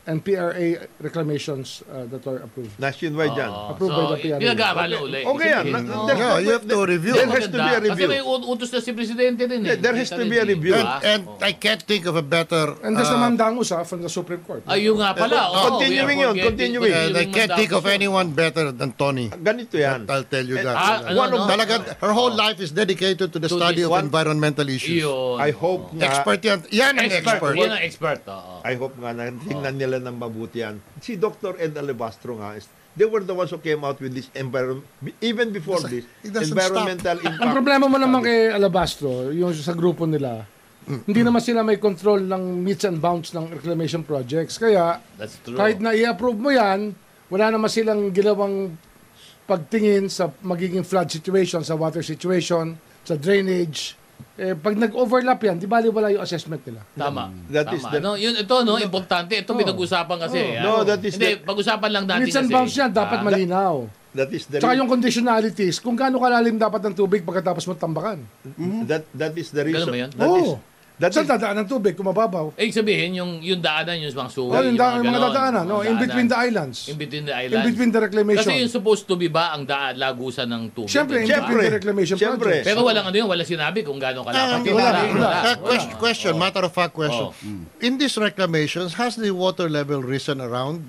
S4: and PRA reclamations uh, that were approved.
S6: Nationwide yan.
S1: Oo.
S4: Approved by the
S1: So,
S4: PRA.
S1: pinag-aaral ulit.
S6: Okay yan.
S1: Isipin.
S6: Na-
S1: Oo.
S6: there-
S5: Yeah, you have to review.
S1: Ah.
S6: There has to be a
S1: Maganda. Kasi
S6: review.
S1: may ut- utos na si Presidente rin eh.
S6: Yeah, there has to be
S1: Nakita
S6: a
S1: rin eh.
S6: review.
S1: Diba?
S5: And, and
S1: Oo.
S5: I can't think of a better.
S4: And there's
S5: uh,
S4: the mandangus ah, from the Supreme Court.
S1: Ayun nga pala.
S6: Eh,
S1: oo,
S6: continuing
S1: we are
S6: yun,
S1: forgetting-
S6: continuing.
S5: and I can't think of
S1: Mandacos.
S5: anyone better than Tony.
S6: Ganito yan.
S5: I'll tell you that.
S1: ah, ano,
S5: One of-
S1: ano?
S5: talaga, her whole life is dedicated to the
S1: To this
S5: study of
S1: one-
S5: environmental issues.
S1: Yun.
S6: I hope na
S5: Expert yan. Yan ang
S1: Expert.
S5: expert.
S1: Yan ang expert. oo.
S6: I hope nga na tingnan nila ng mabuti yan. Si Dr. Ed Alabastro nga is they were the ones who came out with this environment even before this
S5: it doesn't
S6: environmental impact.
S4: Ang problema mo naman kay Alabastro, yung sa grupo nila, hindi naman sila may control ng meets and bounds ng reclamation projects. Kaya,
S1: That's true.
S4: kahit na i-approve mo yan, wala naman silang ginawang pagtingin sa magiging flood situation, sa water situation, sa drainage. Eh, pag nag-overlap yan, di bali wala yung assessment nila.
S1: Tama.
S6: That
S1: tama.
S6: is the-
S1: no, yun, ito, no, importante. Ito pinag-usapan kasi. ah.
S6: No, that is
S1: Hindi,
S6: the-
S1: pag-usapan lang natin
S4: Meets and
S1: kasi.
S4: bounds yan, dapat
S1: Ah,
S4: malinaw.
S6: That is the
S4: Tsaka
S6: re-
S4: yung conditionalities, kung gaano kalalim dapat ng tubig pagkatapos mo tambakan.
S6: that that is the reason.
S1: Ganun ba yan?
S6: That is
S4: Oo.
S6: that
S4: Oh. Saan
S6: is,
S4: dadaan ng tubig kung mababaw?
S1: Eh, sabihin, yung, yung daanan, yung mga suwi,
S4: Oh, yung, da- yung mga
S1: ganon,
S4: dadaanan, no?
S1: mga
S4: in
S1: daanan.
S4: between the islands.
S1: In between the
S4: In
S1: islands.
S4: between the reclamation.
S1: Kasi yung supposed to be ba ang daan, lagusan ng tubig?
S4: Siyempre,
S1: di ba?
S4: in
S6: Siyempre.
S4: between the reclamation
S6: Siyempre.
S4: projects.
S1: Pero walang ano yun, walang sinabi kung gaano kalapat.
S5: Um,
S1: yung
S5: wala,
S1: daanan.
S5: wala.
S1: Wala.
S5: Uh, question, question, matter of fact question. In these reclamations, has the water level risen around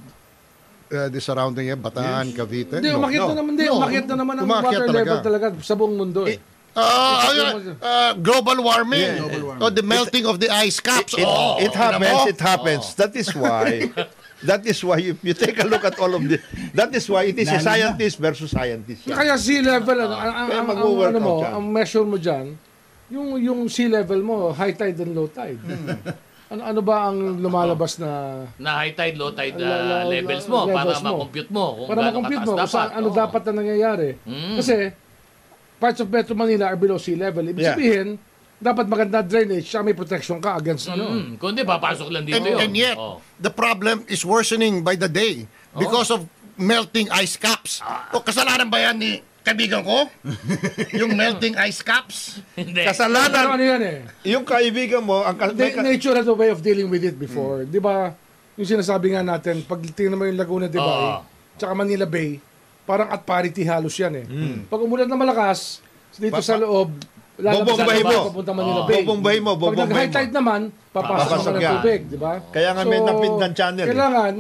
S5: uh, the surrounding area, Bataan, Cavite?
S4: Hindi, umakyat na naman, hindi,
S5: No.
S4: umakyat na naman ang
S5: Umakyat
S4: water
S5: talaga.
S4: level talaga sa buong mundo eh.
S5: Ah, ayun, ah, global warming. Oh, the melting of the ice caps.
S6: it,
S5: oh,
S6: it happens,
S5: alam mo?
S6: it happens. That is why that is why if you take a look at all of this, that is why it is a scientist versus scientist. yan.
S4: Kaya sea level, ano, ang, ang,
S6: Kaya
S4: ang,
S6: mag-work
S4: ano mo,
S6: out yan.
S4: ang measure mo dyan, yung, yung sea level mo, high tide and low tide. ano, ano ba ang lumalabas na
S1: Na high tide, low tide
S4: La-
S1: ah,
S4: la- la-
S1: levels mo para
S4: levels mo.
S1: ma-compute mo kung
S4: para
S1: gaano
S4: makompute mo
S1: kataas
S4: kung saan, ano
S1: Oo.
S4: dapat Hmm. na nangyayari. Kasi parts of Metro Manila are below sea level. Ibig
S6: Yeah.
S4: sabihin, dapat maganda drainage, siya may protection ka against ano.
S1: Mm, kundi papasok lang dito
S5: And,
S1: yun.
S5: and yet,
S1: Oo.
S5: the problem is worsening by the day because of melting ice caps. O kasalanan ba yan ni kaibigan ko? yung melting ice caps?
S1: Hindi.
S4: Pero
S6: Kasalanan
S4: ano yan eh.
S6: yung kaibigan mo ang ka- may
S4: The,
S6: ka- Hmm.
S4: nature has a way of dealing with it before. Di ba, yung sinasabi nga natin, pag tingnan mo yung Laguna de Bay,
S1: Oo.
S4: tsaka Manila Bay, parang at parity halos yan eh.
S6: Hmm.
S4: Pag umulan na malakas, dito sa loob, lalabas sa
S6: Bobombahin
S4: labas,
S6: mo.
S4: papunta Manila
S1: Oo.
S4: Bay.
S6: Bobombahin mo,
S4: Pag
S6: bobombahin
S4: nag-high
S6: mo.
S4: tide naman, papasok
S6: Papasok
S4: ka ng
S6: yan.
S4: tubig, di ba?
S6: Kaya nga may napit ng channel eh.
S4: Kailangan,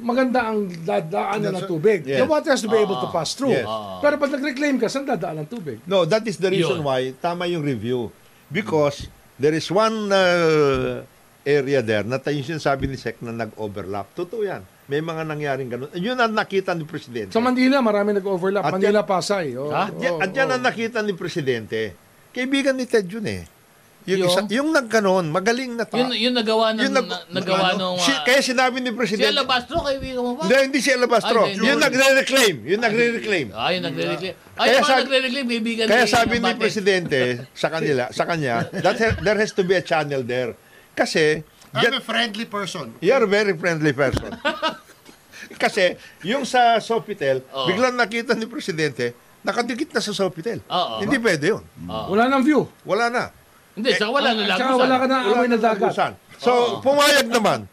S4: maganda ang dadaanan ng tubig.
S6: Yeah.
S4: The water has to be able to pass through.
S6: Ah, Yes.
S4: Pero pag nag-reclaim ka, saan dadaan ang tubig?
S6: No, that is the reason
S1: Yun.
S6: why tama yung review. Because there is one uh, area there na tayo yung sinasabi ni Sec na nag-overlap. Totoo yan. May mga nangyaring ganun. Yun ang nakita ni Presidente.
S4: Sa Manila, marami nag-overlap.
S6: At
S4: Manila, Pasay. Oh,
S1: Ha?
S6: at, yan, at yan ang nakita ni Presidente. Kaibigan ni Ted yun eh. Yung,
S1: Yung?
S6: isa, yung nagganon, magaling na tao.
S1: Yun, yun nagawa ng,
S6: nag-
S1: na- nagawa nung...
S6: ano, si-
S1: ah,
S6: kaya sinabi
S1: si
S6: ni Presidente.
S1: Alabastro, kaibigan mo ba?
S6: Hindi, hindi si Alabastro.
S1: Ay, hindi. Ah,
S6: Yung nagre-reclaim. Yung nagre-reclaim.
S1: Ay, yung nagre-reclaim. Ay,
S6: Kaya
S1: yung mga
S6: sabi-
S1: nagre-reclaim, kaibigan
S6: Kaya sabi ni
S1: Abate.
S6: Presidente sa kanila, sa kanya, that ha- there has to be a channel there. Kasi,
S5: I'm a
S4: Ano?
S6: get-
S5: friendly person.
S6: you're a very friendly person. Kasi, yung sa Sofitel,
S1: Oo.
S6: biglang nakita ni Presidente, nakadikit na sa Sofitel.
S1: Oo.
S6: Hindi pwede yun.
S4: Wala nang view.
S6: Wala na.
S1: Hindi, saka wala na lang.
S4: Tsaka Ah, wala ka na amoy na dagat.
S6: lagusan. So, pumayag naman.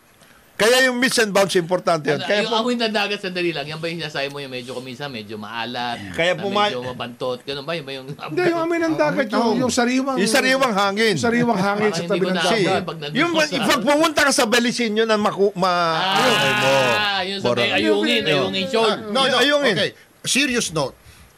S6: Kaya yung miss and bounce, importante yan.
S1: Ano,
S6: Kaya
S1: yung
S6: po,
S1: amoy ng dagat, sandali lang. Yan ba yung sinasabi mo yung medyo kumisa, medyo maalat,
S6: Kaya
S1: na
S6: puma-
S1: medyo mabantot, ganun ba? Yun ba yung...
S4: Hindi, yung amin ng dagat, yung, yung sariwang...
S6: yung sariwang hangin.
S4: yung sariwang hangin
S1: Parang hindi
S4: sa tabi
S1: ko
S4: ng
S1: naamoy
S4: dagat.
S1: pag nandun
S6: Yung
S1: ko sa-
S6: pag pumunta ka sa Belisinyo na maku, ma... ayun, mo.
S1: Ah, yung sa may
S6: Boron.
S1: ayungin, ayungin shoulder.
S5: Ah, No, no.
S6: Ayungin.
S5: Okay. Serious note.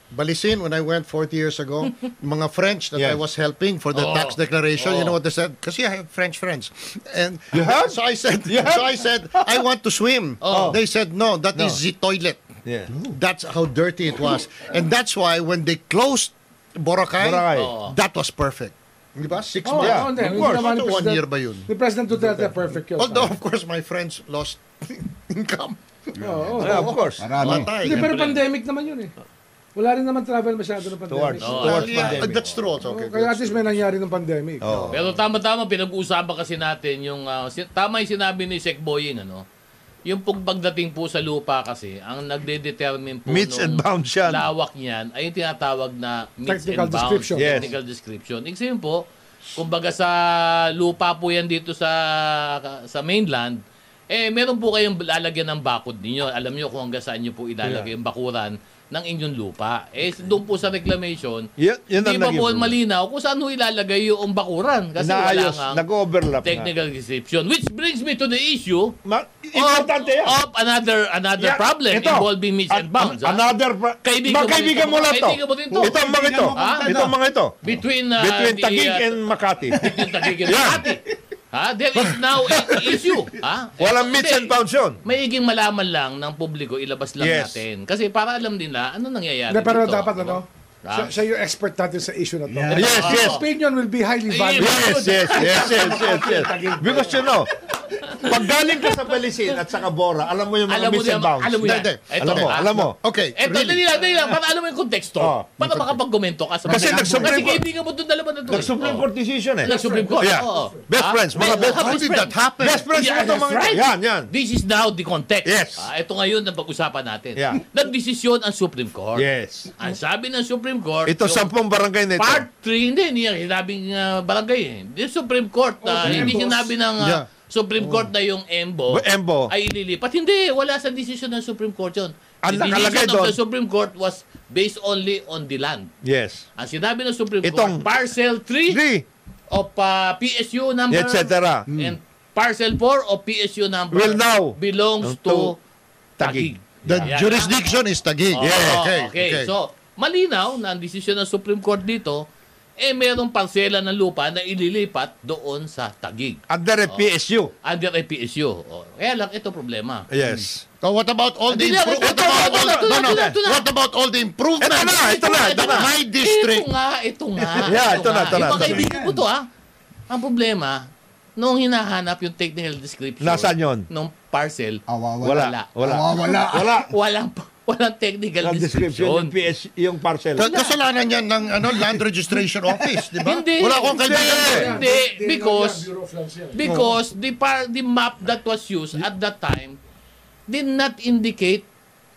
S5: Balisin, when I went 40 years ago, mga French that
S6: Yeah.
S5: I was helping for the
S1: Oh.
S5: tax declaration, you know
S1: Oh.
S5: what they said? Kasi I have French friends. And
S6: You have?
S5: so I said,
S6: You have?
S5: so I said, I want to swim.
S1: Oh.
S5: They said, no, that is the toilet.
S6: Yeah.
S5: That's how dirty it was. And that's why when they closed Boracay,
S6: Boracay.
S1: Oh.
S5: that was perfect. Di ba? Six
S4: Oh,
S5: months.
S4: yeah, hindi.
S5: of
S4: Hindi
S5: course.
S4: naman ni
S5: One
S4: President-
S5: year ba yun?
S4: Ni President Duterte, perfect yun.
S5: Although, of course, my friends lost income. uh,
S4: Oo, oo.
S6: Yeah, of course.
S13: Marami.
S4: Hindi,
S5: Matay.
S4: pero pandemic naman yun eh. Wala rin naman travel masyado ng pandemic.
S6: Towards.
S1: Oh,
S4: Oo,
S5: Well,
S6: Towards
S5: yeah,
S6: pandemic.
S5: Ah, that's true also. Okay,
S4: Kaya at
S5: that's
S4: least may nangyari ng pandemic.
S6: Oh.
S1: Pero tama-tama, pinag-uusapan kasi natin yung, ah, si- tama yung sinabi ni Sec Boying, ano? Yung pag- pagdating po sa lupa kasi, ang nagde-determine po
S6: Meets
S1: nung
S6: and bounds yan.
S1: lawak niyan ay yung tinatawag na meets
S4: Technical
S1: and bounds,
S4: description.
S6: Yes.
S1: technical description. Ibig sabihin po, kumbaga sa lupa po yan dito sa sa mainland, eh meron po kayong lalagyan ng bakod ninyo. Alam niyo kung hanggang saan niyo po ilalagay yung bakuran ng inyong lupa. Eh doon po sa reclamation,
S6: Yun- yun ang
S1: hindi pa
S6: naging
S1: po
S6: problema.
S1: malinaw kung saan ho ilalagay yung bakuran kasi wala
S6: Naayos,
S1: nga
S6: nag-overlap na.
S1: technical description. Which brings me to the issue
S6: Ma-
S1: of,
S6: importante yan.
S1: of another another Oh,
S6: Yeah,
S1: problem
S6: ito.
S1: involving ah. meets
S6: An-
S1: and bounds. ha?
S6: Another... Pra-
S1: Kaibigan
S6: Mga
S1: mo
S6: kaibigan
S1: rin
S6: mo
S1: ito.
S6: lang to.
S1: Kaibigan mo rin to.
S6: Ito ang mga ito.
S1: Ha? Ano?
S6: Ito ang mga ito.
S1: Between, uh,
S6: Between
S1: the,
S6: Taguig
S1: uh,
S6: and Makati.
S1: Yung tagigil ng ate. Ha? Ah, There is now an issue. Ha? Eh,
S6: Walang meets and
S1: hindi.
S6: bounds yun.
S1: Maiging malaman lang ng publiko, ilabas lang
S6: Yes.
S1: natin. Kasi para alam nila, ano nangyayari
S4: Hindi, pero
S1: dito.
S4: dapat ano,
S1: Ha?
S4: siya, siya yung expert natin sa issue na to.
S13: Yeah.
S6: Yes,
S4: His
S6: yes.
S4: opinion will be highly valued.
S6: Yes, yes, yes, yes, yes, yes. Because you know, pag galing ka sa Belisin at sa Cabora, alam mo yung mga
S1: Alam mo
S6: meets
S1: yan.
S6: and bounds.
S1: Alam mo yan. ah.
S5: Hindi,
S1: Ito,
S6: Alam mo,
S1: ha?
S6: alam mo.
S5: Okay,
S1: Eh, really?
S5: really.
S1: dali lang, dali lang. Para alam mo yung konteksto.
S6: Oh,
S1: para makapag-komento ka sa
S6: Kasi
S1: mga-
S6: nag-Supreme
S1: Kasi
S6: Court.
S1: kaibigan mo itong dalawa na ito.
S6: Nag-Supreme Court decision eh.
S1: Nag-Supreme Court.
S6: Yeah.
S1: oo. Ah.
S6: Best
S1: Ha?
S6: friends, mga best
S5: How
S1: friends.
S5: did that happen?
S6: Best friends
S1: Yeah,
S6: yeah, ito
S1: that's
S6: mga
S1: right.
S6: Yan, yan.
S1: This is now the context.
S6: Yes.
S1: Ah, ito ngayon ang pag-usapan natin.
S6: Yeah.
S1: Nagdesisyon ang Supreme Court.
S6: Yes.
S1: Ang sabi ng Supreme Court,
S6: Ito,
S1: yung
S6: sampung barangay na ito.
S1: Part 3, hindi, hindi yan sinabing uh, barangay. eh. The Supreme Court, ah, hindi sinabi ng ah,
S5: Yeah.
S1: Supreme Court na yung EMBO,
S6: Oh, Ba- EMBO.
S1: ay ililipat. Hindi, wala sa decision ng Supreme Court yun.
S6: Ang
S1: the
S6: nakalagay
S1: decision
S6: doon-
S1: of the Supreme Court was based only on the land.
S6: Yes.
S1: Ang sinabi ng Supreme
S6: Itong-
S1: Court, Parcel 3
S6: Three.
S1: of ah, PSU number,
S6: Et cetera.
S1: and Parcel 4 of PSU number
S6: Will now
S1: belongs to,
S6: to
S1: Taguig.
S6: Taguig.
S5: The
S1: Yeah.
S5: jurisdiction is Taguig.
S1: Oo, So, malinaw na ang desisyon ng Supreme Court dito, eh merong parsela ng lupa na ililipat doon sa Tagig
S6: Under a PSU.
S1: under a PSU. O, Kaya lang ito problema.
S6: Yes.
S5: So what about all the
S1: Hindi na,
S5: impro-
S1: ito
S5: what
S1: na,
S5: about
S1: ito
S5: all
S1: na, ito na,
S5: no, no,
S1: ito na, ito na.
S5: what about all the improvements?
S6: Ito na, Ah, ito na, ito na.
S5: My district.
S1: Ito nga, ito nga.
S6: Yeah, ito na, ito
S1: Yung
S6: na, ito
S1: mga
S6: na.
S1: kaibigan ko to, ah. Ang problema, nung hinahanap yung technical description
S6: Nasaan yun?
S1: nung parcel,
S13: Awawala.
S1: wala.
S6: Hmm. Wala.
S13: Awawala.
S6: Wala.
S1: Walang, walang technical
S6: Ang description yung
S1: description.
S6: PS, yung parcel.
S5: Ka- Kasalanan yan ng ano, Land Registration Office, di ba?
S1: Hindi.
S5: Wala akong kaibigan.
S6: eh.
S1: Hindi, because
S4: Bureau of Lands yan.
S1: Because the par the map that was used at that time did not indicate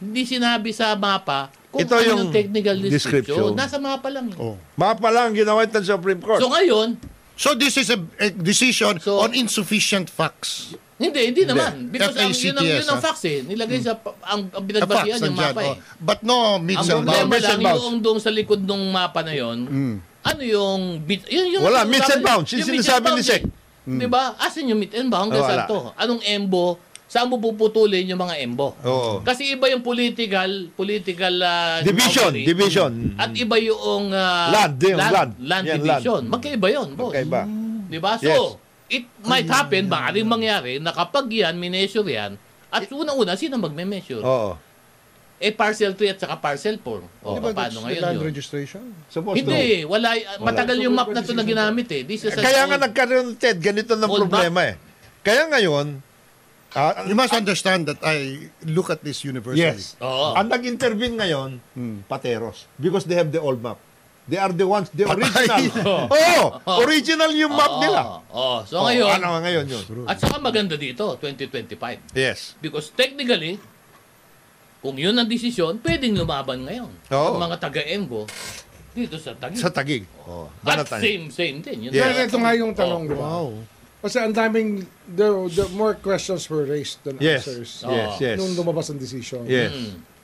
S1: hindi sinabi sa mapa kung ano
S6: Ito yung
S1: yung technical description.
S6: description.
S1: Nasa mapa lang. yun.
S5: Oh.
S6: Mga pala ang ginawa ito ng Supreme Court.
S1: So ngayon,
S5: So this is a, a decision
S1: So-
S5: on insufficient facts.
S1: hindi, hindi naman. Because ang, yun, ang, yun ang
S5: FACTS,
S6: ah.
S5: ha?
S1: facts eh. Nilagay
S6: Hmm.
S1: sa, pa- ang, ang
S5: The
S1: binagbasihan
S5: facts
S1: yung
S5: nandyan.
S1: mapa eh.
S5: oh. But no
S1: Ang
S5: meets and
S1: problema
S5: bounds.
S1: lang
S6: and bounds.
S1: yung doon sa likod ng mapa na yon. Ano yung bit yun, yung
S6: Hmm. Wala,
S1: yung
S6: meets and
S1: sabi-
S6: bounds. Yung
S1: meets
S6: sinasabi
S1: and
S6: ni
S1: bounds,
S6: Sek. Hmm.
S1: eh. 'Di ba? Asan yung meets and bounds? Hanggang
S6: Wala.
S1: saan to? Anong embo? saan mo puputulin yung mga embo.
S6: Oo.
S1: Kasi iba yung political, political ah,
S6: Division,
S1: boundary.
S6: division.
S1: At iba yung ah,
S6: Land, yung land. Yan,
S1: division. Magkaiba yun, boss.
S6: Okay ba?
S1: Di ba? So,
S6: Yes.
S1: it might happen, baka rin mangyari, na kapag yan, mineasure yan, at una-una, sino magme-measure?
S6: Oo.
S1: Eh, parcel 3 at saka parcel 4. O,
S5: Di ba that's
S1: paano
S5: the
S1: ngayon
S5: land
S1: yun?
S5: registration?
S6: Supposed
S1: Hindi, eh, wala, eh, matagal yung map na to na ginamit eh. This is an
S6: to. Kaya nga
S1: old-
S6: nagkaroon, Ted, ganito ng
S1: Old
S6: problema eh. Kaya ngayon, ah,
S5: You must understand that I look at this universally.
S6: yes.
S1: Oo.
S6: Ang nag-intervene ngayon, pateros. Because they have the old map. They are the ones, the original. Oo, original yung map
S1: Oo,
S6: nila.
S1: oo. so
S6: Oh,
S1: ngayon,
S6: ano nga ngayon yun?
S1: at saka maganda dito, 2025.
S6: Yes.
S1: Because technically, kung yun ang desisyon, pwedeng lumaban ngayon.
S6: Oo.
S1: Ang mga taga-Embo, dito sa Taguig.
S6: Sa Tagig. Oh.
S1: At
S6: Banatan.
S1: same, same din. Yun
S6: Yes.
S1: talaga.
S4: Pero ito nga yung tanong, di ba?
S5: Oh, Wow.
S4: Kasi ang daming, there, there, more questions were raised than
S6: Yes.
S5: Oh,
S4: answers.
S1: Oo. Hmm.
S6: Yes, yes.
S4: Nung lumabas ang decision.
S6: Yes.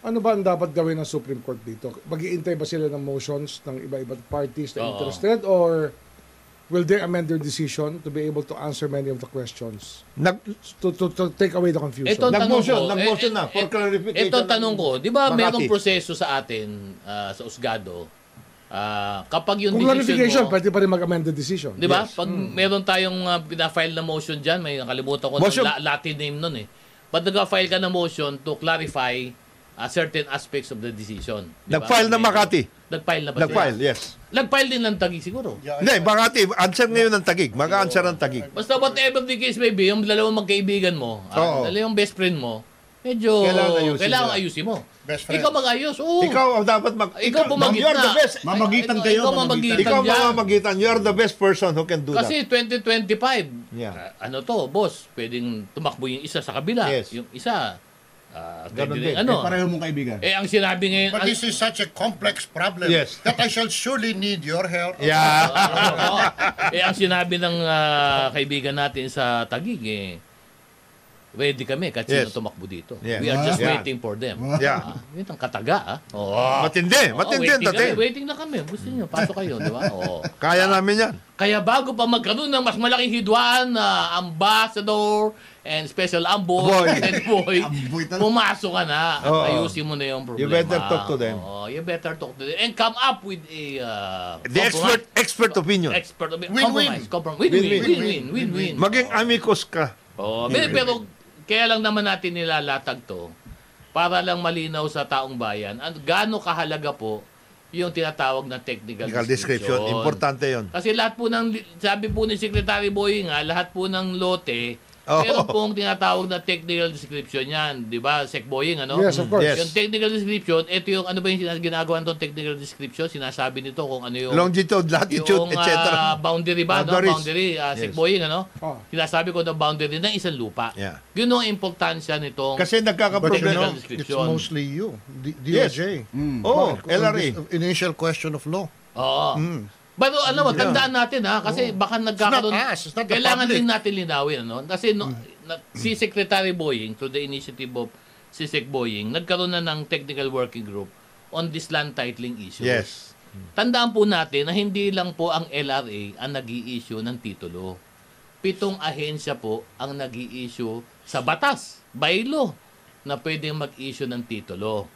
S4: Ano ba ang dapat gawin ng Supreme Court dito? Mag-iintay ba sila ng motions ng iba-ibang parties na
S1: Oo.
S4: interested or will they amend their decision to be able to answer many of the questions
S6: Nag,
S4: to, to, to take away the confusion?
S1: Ito ang tanong
S6: Nag-motion,
S1: ko. eh,
S6: nag-motion na, for clarification
S1: Ito ang tanong
S6: ng
S1: ko. Di ba
S6: Makati.
S1: merong proseso sa atin, ah, sa Usgado, ah, kapag yung
S4: Kung
S1: decision
S4: clarification,
S1: mo,
S4: pwede Hmm. pa rin mag-amend the decision.
S1: di ba? Pag meron tayong uh, pinafile na motion dyan, may nakalimutan ko
S6: Motion.
S1: ng la- Latin name nun eh. Pag nag-file ka na motion to clarify ah, certain aspects of the decision. Di ba?
S6: Nag-file na
S1: May-
S6: Makati.
S1: Nag-file na ba?
S6: Nag-file,
S1: sila?
S6: yes.
S1: Nag-file din ng tagi siguro.
S6: Hindi, Makati, answer ngayon ng Tagig. Mag-answer ng Tagig.
S1: Basta whatever the case may be, yung dalawang magkaibigan mo, ah,
S6: Oo.
S1: dalawang best friend mo, medyo
S6: Kailangan ayusin
S1: kailangan
S6: nila.
S1: ayusin mo.
S5: Best friend.
S1: Ikaw mag-ayos. Oo.
S6: Ikaw ang dapat mag...
S1: Oh. Ikaw bumagit
S6: you're
S1: na.
S6: the best.
S14: Mamagitan
S1: Ikaw-
S14: kayo,
S1: Ikaw
S14: mamagitan.
S1: mamagitan.
S6: Ikaw
S1: dyan.
S6: mamamagitan. You're the best person who can do
S1: Kasi
S6: that.
S1: 2025,
S6: Yeah.
S1: ah, ano to, boss, pwedeng tumakbo yung isa sa kabila.
S6: Yes.
S1: Yung isa, ah,
S6: Ganon
S1: pwede rin,
S6: din.
S1: ano.
S14: Eh, pareho mong kaibigan.
S1: Eh, ang sinabi ngayon,
S5: But
S1: ang-
S5: this is such a complex problem
S6: Yes.
S5: that I shall surely need your help.
S6: Yeah.
S1: Oo. eh, ang sinabi ng ah, kaibigan natin sa Tagig, eh, ready kami kahit sino
S6: Yes.
S1: tumakbo dito.
S6: Yeah.
S1: We are just
S6: Yeah.
S1: waiting for them. Ah,
S6: Yeah.
S1: yun ang kataga, ah. Oo.
S6: Matindi.
S1: Oo,
S6: Matindi ang
S1: Oh, waiting
S6: dating.
S1: kami, Waiting na kami. Gusto niyo, pasok kayo, di ba? Oo.
S6: Kaya namin yan.
S1: Kaya bago pa magkaroon ng mas malaking hidwaan na ambassador and special amboy,
S6: Boy.
S1: and boy,
S14: Amboy talaga.
S1: pumasok ka na at
S6: Oo.
S1: ayusin mo na yung problema.
S6: You better talk to them.
S1: Oo, you better talk to them. And come up with a uh,
S6: The expert expert opinion.
S1: expert opinion.
S5: Win-win.
S1: Compromise. Compromise. Win-win.
S6: Win-win.
S1: Win-win. Win-win.
S6: Maging amicus ka.
S1: Oo, pero, pero kaya lang naman natin nilalatag to para lang malinaw sa taong bayan at gaano kahalaga po yung tinatawag na technical,
S6: Legal description. Importante yon.
S1: Kasi lahat po ng, sabi po ni Secretary Boy nga, lahat po ng lote,
S6: Oo.
S1: meron pong tinatawag na technical description yan. Di ba, Sec Boying, ano?
S4: Yes, of course.
S6: Yes.
S1: Yung technical description, ito yung ano ba yung sinas- ginagawa nitong technical description, sinasabi nito kung ano yung...
S6: Longitude, latitude,
S1: yung
S6: etc.
S1: ah, boundary ba? No?
S6: Boundaries.
S1: Boundary, uh,
S6: Yes.
S1: Boying, ano?
S4: Oh.
S1: Sinasabi ko na boundary ng isang lupa.
S6: Yeah.
S1: Yun ang importansya nitong... Technical
S6: Kasi
S5: But you know,
S6: nagkakaproblema.
S5: it's
S1: description.
S5: mostly you, D-
S6: Yes.
S5: DOJ.
S1: Mm.
S6: Oh, LRA.
S5: This Initial question of law.
S1: Oo. Pero alam mo, tandaan natin ha, kasi baka nagkakaroon,
S5: Mm. Oh. It's not us, it's not the
S1: kailangan
S5: public.
S1: din
S5: Mm.
S1: natin linawin. Ano? Kasi no, na- si Secretary Boying, through the initiative of si Sec Boying, nagkaroon na ng technical working group on this land titling issue.
S6: Yes.
S1: Tandaan po natin na hindi lang po ang LRA ang nag issue ng titulo. Pitong ahensya po ang nag issue sa batas, by law, na pwedeng mag-issue ng titulo.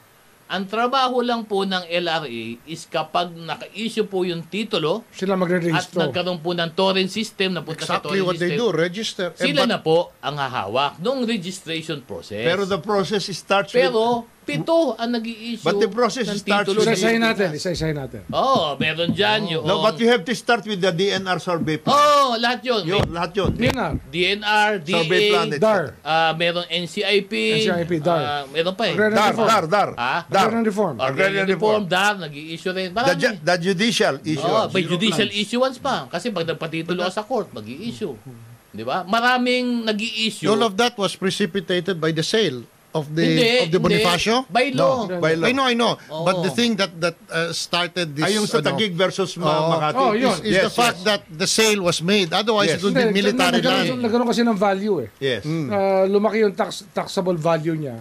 S1: Ang trabaho lang po ng LRA is kapag naka-issue po yung titulo
S4: Sila
S1: at
S4: magre-register.
S1: nagkaroon po ng torrent system na punta sa
S5: Exactly
S1: torrent
S5: what
S1: system,
S5: they do, register. Eh,
S1: sila
S5: but
S1: na po ang hahawak noong registration process.
S6: Pero the process starts with...
S1: Pero, pito ang nag issue
S6: But the process
S1: ng
S6: starts
S1: titulo.
S6: with- Oh.
S1: na
S4: Isa-isahin
S1: yun.
S4: natin, isa-isahin natin.
S1: Oo, meron dyan yung...
S6: No, but you have to start with the DNR survey plan.
S1: Oo, lahat yun.
S6: Yun, lahat yun.
S4: Yun na.
S1: DNR,
S6: Survey plan,
S1: DA,
S6: etc.
S4: Dar.
S1: ah meron NCIP.
S4: NCIP, DAR.
S1: ah, meron pa eh.
S4: Agrarian
S6: Dar,
S4: reform.
S6: dar, dar.
S1: Ah?
S6: Dar.
S4: Agrarian reform.
S1: Agrarian
S6: Agrarian
S1: Reform,
S6: reform.
S1: DAR, nag-i-issue rin.
S6: The,
S1: Marami.
S6: ju- the judicial issue.
S1: Oo, may judicial issuance pa. Kasi pag nagpatitulo ka sa court, mag-i-issue. Di ba? Maraming nag-i-issue.
S5: all of that was precipitated by the sale of the
S1: Hindi,
S5: of the
S1: hindi.
S5: Bonifacio.
S1: By law. Oh.
S5: No,
S6: By law.
S5: I know, I know.
S1: Oo.
S5: But the thing that that uh, started this
S6: Ay, yung sa
S5: ano,
S6: Taguig versus Ma-
S5: Oo.
S6: Makati.
S4: Oh, yun.
S5: is, is the
S6: Yes,
S5: fact
S6: yes.
S5: that the sale was made. Otherwise,
S6: Yes.
S5: it would be
S4: Hindi,
S5: military
S4: nagkaroon-
S5: land.
S4: Nagkaroon kasi ng value eh.
S6: Yes.
S4: Ah, lumaki yung tax, taxable value niya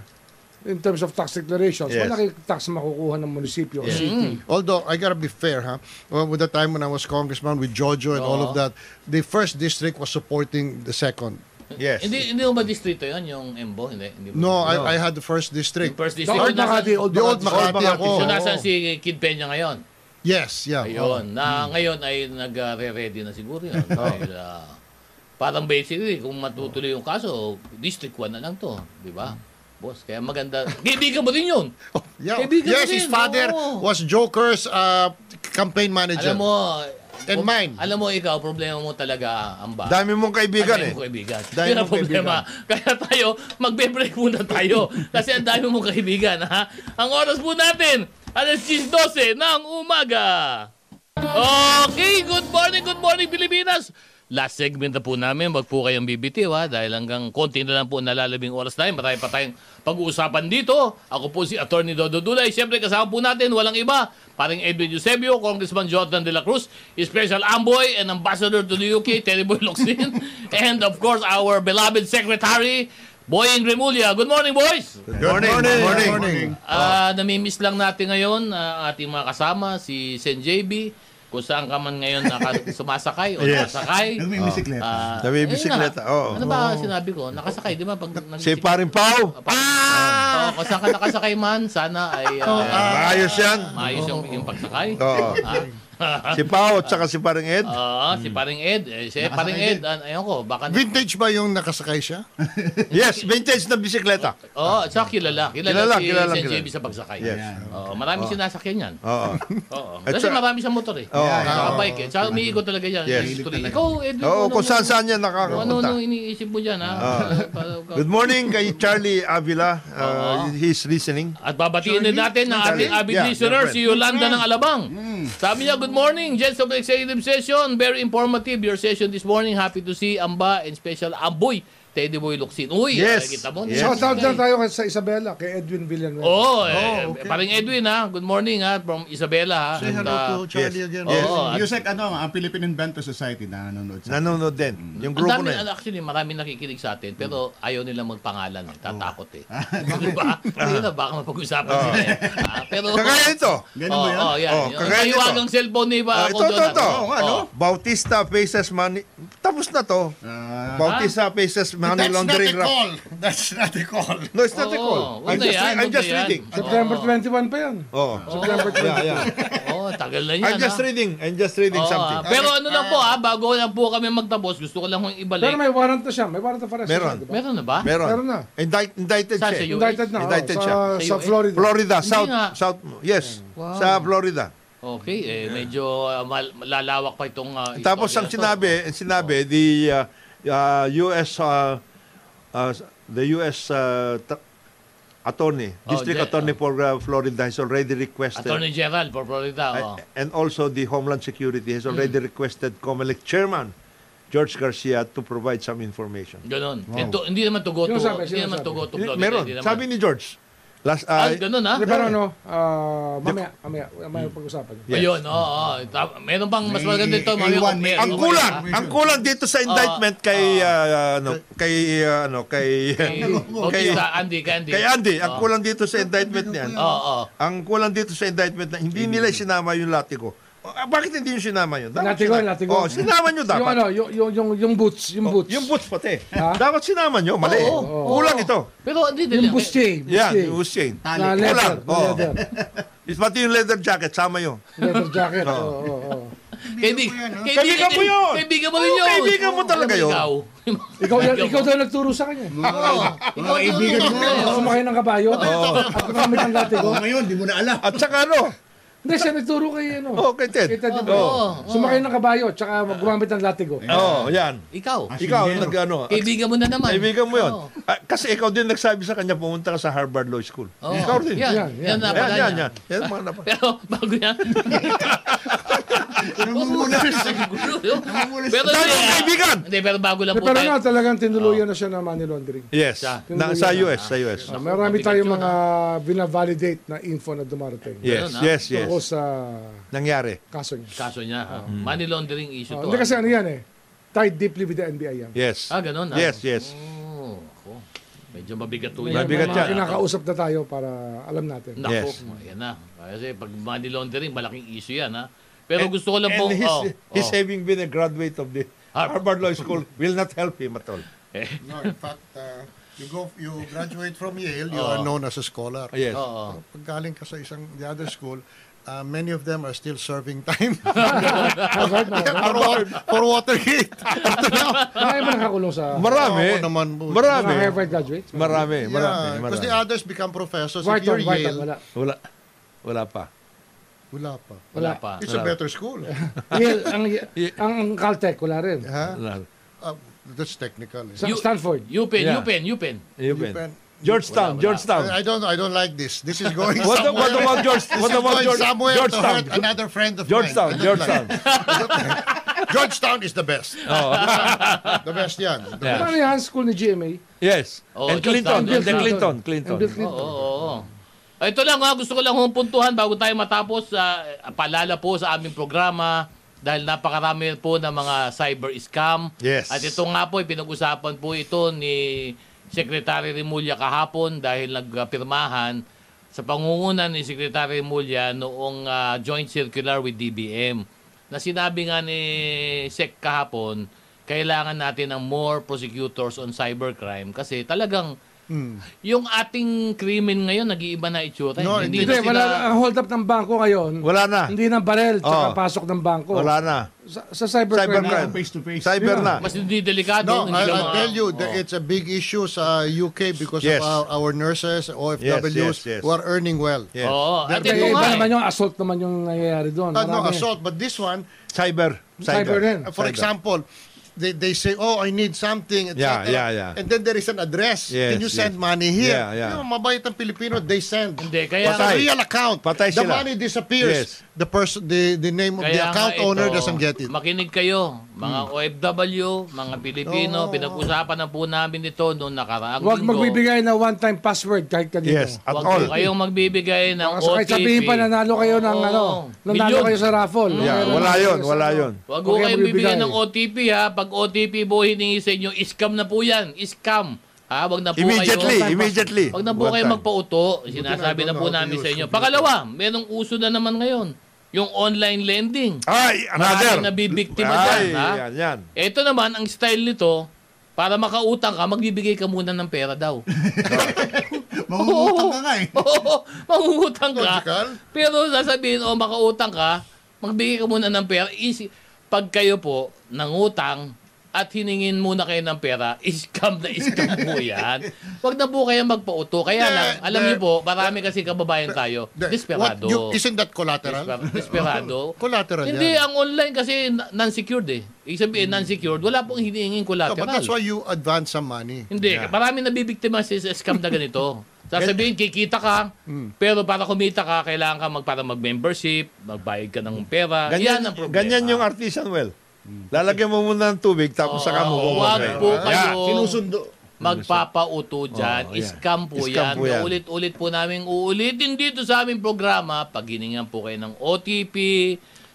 S4: in terms of tax declarations.
S6: Yes.
S4: Malaki tax makukuha ng munisipyo o
S6: Yes. Hmm.
S4: city.
S5: Although I gotta be fair, huh? Well, with the time when I was congressman with Giorgio and all
S1: Oo.
S5: of that, the first district was supporting the second.
S6: Yes.
S1: Hindi, hindi mo ba distrito yun, yung Embo? Hindi, hindi ba?
S5: No, I, I had the first district.
S1: First
S4: The
S1: district.
S4: old Makati, old
S5: The old
S4: Makati.
S5: Makati
S6: Makati.
S5: ako.
S1: So, nasaan si Kid Peña ngayon?
S5: Yes, yeah.
S1: Ayun. Na ngayon ay nag-re-ready na siguro yun. Dahil, ah, parang basically, kung matutuloy yung kaso, District 1 na lang to. Di ba? Boss, kaya maganda. Kaibigan mo din yun.
S5: Yeah.
S1: Kaibigan
S5: Yes,
S1: din,
S5: his father
S1: oo.
S5: was Joker's uh, campaign manager.
S1: Alam mo,
S5: And mine.
S1: Alam mo ikaw, problema mo talaga ang ba.
S6: Dami mong kaibigan
S1: Ang dami
S6: eh.
S1: mong kaibigan.
S6: Dami
S1: Yun ang
S6: mong
S1: problema. Kaya tayo, magbe-break muna tayo. kasi ang dami mong kaibigan, ha? Ang oras po natin, alas 6.12 ng umaga. Okay, good morning, good morning, Pilipinas! Last segment na po namin, wag po kayong bibitiw ha, dahil hanggang konti na lang po ang nalalabing oras namin, marami pa tayong pag-uusapan dito. Ako po si Attorney Dodo Dulay, siyempre kasama po natin, walang iba, paring Edwin Eusebio, Congressman Jordan De La Cruz, Special Amboy and Ambassador to the UK, Terry Boy Locsin, and of course our beloved Secretary, Boying Remulla. Good morning, boys!
S6: Good morning. Morning.
S1: Ah, namimiss lang natin ngayon ah, ating mga kasama si Sen JB kung saan ka man ngayon naka- sumasakay o
S6: Yes.
S1: nakasakay.
S14: Nagbibisikleta.
S1: Ah,
S6: Namimisikleta,
S1: ayun na.
S6: oo.
S1: Ano ba sinabi ko? Nakasakay, di ba? Pag
S6: Si Parin Pau.
S1: Ah! kung saan ka nakasakay man, sana ay ah,
S6: Maayos yan.
S1: maayos yung, yung pagsakay.
S6: Oo. Si Pau at saka si Parin Ed.
S1: Ah,
S6: Hmm.
S1: si Paring Ed. Eh, si Paring Ed, an- ayun ko, baka...
S5: Vintage ba yung nakasakay siya?
S6: Yes, vintage na bisikleta.
S1: Oo, oh, sa kilala.
S6: Kilala,
S1: Kilala, si
S6: kilala,
S1: Sen
S6: kilala.
S1: JB sa pagsakay.
S6: Yes.
S1: Oo, marami sinasakyan yan.
S6: Oo.
S1: Oo.
S6: At
S1: Kasi
S6: sa-
S1: marami siyang motor eh.
S6: Oo.
S1: Saka bike eh. Tsaka umiikot talaga yan. Yes.
S6: Yes.
S1: Ikaw, Edwin. ano-
S6: Oo, kung saan saan yan
S1: Ano, ano,
S6: nakakapunta.
S1: iniisip mo dyan, ha?
S6: Good morning kay Charlie Avila. Uh, he's listening.
S1: At babatiin din natin ng ating avid
S6: Yeah,
S1: listener,
S6: yeah,
S1: si Yolanda ng Alabang.
S4: Mm.
S1: Sabi niya, good morning, gents of the executive session. Very informative your session this morning. Happy to see Amba and special Amboy, Teddy Boy Luxin. Uy,
S6: Yes.
S1: nakikita mo.
S6: Yes. Oh.
S4: Shout out
S1: Okay.
S4: dyan tayo kay- sa Isabela, kay Edwin Villanueva.
S1: Oo, eh, paring Edwin ha. Good morning ha, from Isabela ha.
S14: Say
S1: And,
S14: hello
S1: ah,
S14: to Charlie again.
S1: Yes. Oo, at-
S14: Yusek, ano, ang Philippine Invento Society na nanonood sa
S6: Nanonood din. Yung
S1: Ang
S6: grupo
S1: dami,
S6: na eh. yun.
S1: ano, actually, marami nakikinig sa atin, pero ayaw nila magpangalan. Eh. Tatakot eh.
S6: Ah.
S1: Di ba? Ayun na, baka mapag-usapan sila eh. Ah, pero,
S6: Kagaya ito.
S14: Ganun ba yan?
S1: Oh, yan.
S6: Oh,
S1: Yung
S6: kagaya nito.
S1: kaiwagang cellphone ni ba
S6: Ah,
S1: ako
S6: ito, ito,
S1: Jonathan?
S6: ito. ano? Oh,
S1: Oo,
S14: nga,
S5: ano?
S14: no?
S6: Bautista Faces Money. Tapos na to.
S14: Ah,
S6: Bautista Faces Money
S5: That's not
S6: Laundering
S5: a
S6: Rap.
S5: call. That's not a call.
S6: No, it's not a
S1: Oo,
S6: call.
S1: huwag
S6: I'm
S1: na
S6: just,
S1: yan,
S6: I'm
S1: huwag
S6: just
S1: na yan.
S6: reading.
S4: September
S1: Oo.
S4: 21 pa yan.
S6: Oh.
S4: September 21.
S6: Yeah, yeah.
S1: Oo, tagal na yan.
S6: I'm just
S1: ha?
S6: reading. I'm just reading
S1: Oo, ah.
S6: something.
S1: pero ano lang po ha, bago lang po kami magtapos, gusto ko lang kong
S4: Pero
S1: ibalik.
S4: may warrant na siya. May warrant na para siya.
S6: Meron.
S4: di ba?
S1: Meron na ba?
S6: Meron.
S4: Meron na.
S6: Indict, indicted
S1: Saan
S6: siya.
S1: sa US?
S4: Indicted na. oh,
S6: Indicted
S4: sa,
S6: siya.
S4: sa
S1: Sa
S4: Florida.
S6: Florida,
S1: Hindi
S6: South,
S1: nga.
S6: South, yes.
S1: Wow.
S6: Sa Florida.
S1: Okay, eh, medyo ah, mal- lalawak pa itong ah,
S6: Tapos
S1: istorya
S6: ang
S1: na to.
S6: sinabi, ang sinabi the uh, uh, US uh, uh, the US uh, t- attorney,
S1: Oh,
S6: district
S1: the-
S6: attorney for uh, Florida has already requested
S1: Attorney General for Florida.
S6: uh,
S1: oh.
S6: and also the Homeland Security has already requested Comelec chairman George Garcia to provide some information.
S1: Ganun. And to- hindi naman to go to,
S4: Sino sabi?
S1: hindi
S4: Sino
S1: naman to
S4: sabi?
S1: go to Florida.
S6: Eh, Meron.
S1: hindi naman.
S6: Sabi ni George last
S1: Ah,
S6: uh,
S1: ganun ha?
S4: Di, Pero ano, ah, mamaya, mamaya, mamaya pag-usapan.
S6: Hmm. Yes.
S1: Ayun, oo. oo. Ta- Meron pang mas maganda ito.
S14: May A1, may
S6: ang kulang, ang kulang dito sa indictment kay uh, ano, kay uh, ano, kay
S1: Okay,
S6: kay-
S1: sa Andy, kay Andy.
S6: Kay Andy, ang kulang dito sa indictment niyan.
S4: Ah.
S1: Oo, oo.
S6: Ang kulang dito sa indictment na hindi nila sinama yung Latigo. Ah, Bakit hindi yung sinama yun?
S4: Latigo,
S6: sinama-
S4: Latigo.
S6: Oh, sinama nyo dapat. Oh,
S4: Yung ano, yung, yung, yung, yung boots, yung boots.
S6: Yung boots pati.
S4: Ha?
S6: Dapat sinama nyo, mali.
S1: Oo, oo.
S6: Kulang ito.
S1: Pero hindi din.
S4: Yung boots niya eh, boots
S6: Yan,
S4: niya eh.
S6: yung hoose chain. Oh.
S4: Na
S14: talik.
S4: leather,
S6: Kulang, oo.
S4: leather,
S6: Is pati yung leather jacket, sama yun.
S4: leather jacket. Oo, oo, oo.
S1: Kaibigan,
S6: Kaibigan mo yun.
S1: Kaibigan mo rin
S6: Oo,
S1: yun.
S6: kaibigan mo talaga
S1: Alam mo,
S6: yun.
S1: Ikaw.
S4: Ikaw, yan- ikaw daw nagturo sa kanya.
S1: Oo. Ikaw din
S14: kaibigan
S1: yun.
S14: mo.
S1: Oo.
S4: Sumakay ng kabayo. At gumamit ng latigo.
S14: Oh, ngayon, di mo na alam.
S6: At saka ano?
S4: Hindi, siya nagturo kay ano.
S6: Oh, kay Ted.
S4: Kita, di ba?
S1: Oo.
S4: Sumakay ng kabayo, tsaka gumamit ng latigo.
S6: Oh, yan.
S1: Ikaw.
S6: Ikaw, nag, ano, at-
S1: Kaibigan mo na naman.
S6: kaibigan mo yun.
S1: Oo.
S6: Ah, kasi ikaw din nagsabi sa kanya, pumunta ka sa Harvard Law School.
S1: Oo.
S6: Ikaw rin.
S1: Yan,
S4: Yan,
S1: yan.
S4: yan.
S1: na
S6: Yan,
S1: pala
S6: yan,
S1: niya.
S6: yan. Yan, mga napa-
S1: Pero bago yan,
S14: Namumuna.
S1: siguro yun. Pero
S6: Dahil yung kaibigan.
S1: Hindi, pero bago lang po
S4: Pero
S1: tayo.
S4: na, talagang tinuluyan na siya ng money laundering.
S6: Yes. Na, sa US, sa US.
S4: Ah, marami tayong mga
S1: ah.
S4: binavalidate na info na dumarating.
S6: Yes,
S1: Ganun, ah.
S6: yes, yes.
S4: Tungkol sa
S6: Nangyari.
S4: kaso niya.
S1: Kaso niya, ah. money laundering issue to.
S4: Ah, Hindi
S1: ah.
S4: kasi ano yan eh. Tied deeply with the NBI yan.
S6: Yes.
S1: Ah, ganun ah.
S6: Yes, yes.
S1: Oh, ako. Medyo mabigat to
S4: May
S1: yan.
S6: Mabigat
S4: mga
S6: yan.
S4: Kinakausap na tayo para alam natin.
S1: Nako,
S6: Yes.
S1: yan na. Kasi pag money laundering, malaking issue yan ha. Pero
S6: Eh, And-
S1: gusto ko lang
S6: and
S1: pong...
S6: his,
S1: oh, Ah.
S6: his
S1: oh.
S6: having been a graduate of the
S1: Harvard.
S6: Harvard Law School will not help him at all.
S5: No, in fact, uh, you go, you graduate from Yale, you
S1: Oo.
S5: are known as a scholar.
S9: Yes.
S1: Oo.
S5: Pero Pag galing ka sa isang the other school, uh, many of them are still serving time for, wa- for Watergate.
S4: Marami ba nakakulong sa
S9: Marami.
S5: Oo Oh, naman, Bud.
S9: Marami.
S4: mga Harvard graduates?
S9: Marami. Marami.
S5: yeah, because
S9: Marami.
S5: the others become professors. If
S4: Wharton,
S5: you're
S4: Wharton,
S5: Yale,
S4: wala.
S9: Wala. Wala pa.
S5: wala pa.
S1: Wala pa.
S9: Ah,
S5: It's a better school.
S4: Yale, ang, ang Caltech, wala rin.
S5: Huh?
S9: Wala.
S5: Uh, that's technical. eh.
S4: Sa
S1: You-
S4: Stanford.
S1: Yupen,
S9: Yeah.
S1: Yupen, Yupen.
S9: Ayun, Ben.
S5: Japan.
S9: Georgetown.
S1: Wala, wala.
S9: Georgetown.
S5: I don't I don't like this. This is going
S9: What,
S5: somewhere.
S9: what about George?
S5: This
S9: What
S5: is
S9: about
S5: going
S9: George,
S5: somewhere
S9: Georgetown?
S5: to hurt another friend of
S9: Georgetown.
S5: mine. I don't
S9: Georgetown.
S5: like- Georgetown is the best.
S9: Oh.
S5: the best yan. The
S9: Yeah.
S4: Ano yung high school ni GMA?
S9: Yes.
S1: Oh,
S9: and
S1: Georgetown,
S9: Clinton. And then
S1: Georgetown.
S9: Clinton. Clinton.
S4: And Bill
S1: Oo,
S4: Clinton.
S1: oo, oo. Ah, Ito lang ha, gusto ko lang hong puntuhan bago tayo matapos. ah, paalala po sa aming programa dahil napakarami po ng mga cyber scam.
S5: Yes.
S1: At ito nga po, pinag-usapan po ito ni Secretary Rimulya kahapon dahil nagpirmahan sa pangungunan ni Secretary Rimulya noong ah, joint circular with DBM na sinabi nga ni Sec kahapon, kailangan natin ng more prosecutors on cybercrime kasi talagang yung ating krimen ngayon, nag-iiba na itsura. eh.
S5: No,
S1: hindi, na
S4: Hindi,
S1: sila...
S4: wala ang hold up ng bangko ngayon.
S9: Wala na.
S4: Hindi ng barel,
S9: Oo.
S4: tsaka pasok ng bangko.
S9: Wala na.
S4: Sa, sa cybercrime.
S9: Cybercrime.
S4: na-
S14: Face to face.
S9: Cyber na.
S1: Mas hindi delikado.
S5: No,
S1: hindi ka
S5: I, I
S1: ma-
S5: tell you, that it's a big issue sa UK because
S9: Oh. Yes.
S5: of our, our nurses, OFWs,
S9: Yes, yes, yes.
S5: who are earning well.
S9: Yes.
S1: Oo, at ito nga.
S4: Eh, iba
S1: eh.
S4: naman yung assault naman yung nangyayari doon.
S5: Uh, no
S4: Marami.
S5: assault, but this one,
S9: Cyber.
S4: Cyber rin.
S5: uh, for
S9: Cyber.
S5: example, they, they say, oh, I need something, etc.
S9: Yeah, yeah, yeah.
S5: And then there is an address.
S9: Yes,
S5: Can you
S9: yes.
S5: send money here?
S9: Yeah, yeah.
S5: You know, mabait ang Pilipino, they send.
S1: Hindi, kaya...
S5: It's a
S9: Patay.
S5: real account.
S9: Patay
S5: the
S9: sila.
S5: money disappears.
S9: Yes.
S5: The person, the the name of the
S1: Kaya nga
S5: account
S1: ito,
S5: owner doesn't get it. Hmm.
S1: Makinig kayo, mga OFW, mga Pilipino, pinag-usapan na po namin ito noong nakaraang
S4: Huwag
S1: linggo.
S4: magbibigay na one-time password kahit kanino.
S9: Yes. At
S1: Huwag
S9: all.
S1: po kayong magbibigay ng
S4: Baka
S1: OTP.
S4: sakit sabihin pa nanalo kayo ng
S1: Oo.
S4: ano, nanalo
S1: Million.
S4: kayo sa raffle.
S9: Yeah, wala yon, wala yon.
S1: Huwag
S4: Huwag
S1: po
S4: kayong
S1: kayong bibigyan ng
S4: magbibigay.
S1: OTP ha. Pag OTP po hiningi sa inyo, scam na po yan. Scam. Ha, wag na po
S9: Immediately,
S1: kayo.
S9: immediately.
S1: Wag na po
S9: One
S1: kayo
S9: time.
S1: magpauto. Sinasabi na po namin sa inyo. Pakalawa, merong uso na naman ngayon. Yung online lending.
S9: Ay, another.
S1: Maraming nabibiktima dyan,
S9: Ay,
S1: ha?
S9: yan, yan.
S1: Ito naman, ang style nito, para makautang ka, magbibigay ka muna ng pera daw.
S14: Mangungutang ka nga eh.
S1: Oo, mangungutang ka.
S5: Logical.
S1: Pero sasabihin, o makautang ka, magbigay ka muna ng pera. Is, pag kayo po nangutang at hiningin muna kayo ng pera, scam na scam po yan. Huwag na po kayo magpauto. Kaya
S5: De-
S1: lang, alam
S5: de-
S1: niyo po, marami kasi kababayan tayo.
S5: The-
S1: Desperado.
S5: what you- Oh. isn't that collateral?
S1: Desper- Desperado.
S5: Collateral
S1: Hindi,
S5: yan.
S1: ang online kasi na- non-secured eh. Ibig sabihin, non-secured. Wala pong hinihinging
S5: Hmm. No,
S1: collateral.
S5: but that's why you advance some money.
S1: Hindi, marami nabibiktima sa sa scam na ganito. Sasabihin, kikita ka,
S5: Hmm.
S1: pero para kumita ka, kailangan ka mag, para mag-membership, magbayad ka ng pera. Yan ang problema.
S9: ganyan yung artisan well.
S4: Hmm.
S9: Lalagyan mo muna ng tubig tapos saka mo
S1: Huwag
S9: kukunin.
S1: po kayo
S14: Sinusundo.
S1: magpapauto dyan. Scam po
S9: Scam Oh,
S1: yan.
S9: po yan.
S1: Ulit-ulit po namin uulitin dito sa aming programa. Pag hiningan po kayo ng OTP,